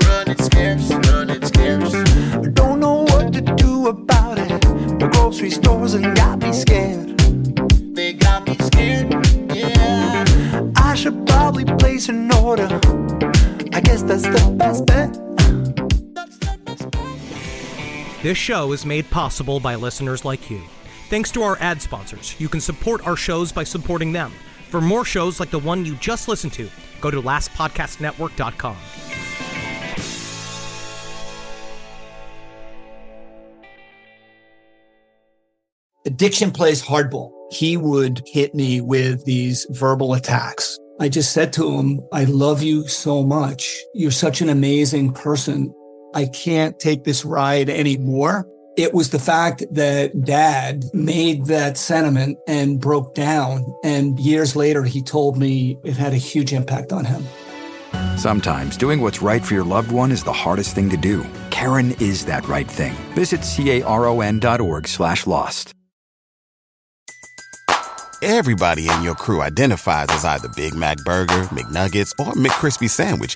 running scarce, running scarce. Don't know what to do about it. The grocery stores and got me scared. They got me scared, yeah. I should probably place an order. I guess that's the best bet. This show is made possible by listeners like you. Thanks to our ad sponsors, you can support our shows by supporting them. For more shows like the one you just listened to, go to lastpodcastnetwork.com. Addiction plays hardball. He would hit me with these verbal attacks. I just said to him, I love you so much. You're such an amazing person. I can't take this ride anymore. It was the fact that dad made that sentiment and broke down. And years later, he told me it had a huge impact on him. Sometimes doing what's right for your loved one is the hardest thing to do. Karen is that right thing. Visit caron.org slash lost. Everybody in your crew identifies as either Big Mac Burger, McNuggets, or McCrispy Sandwich.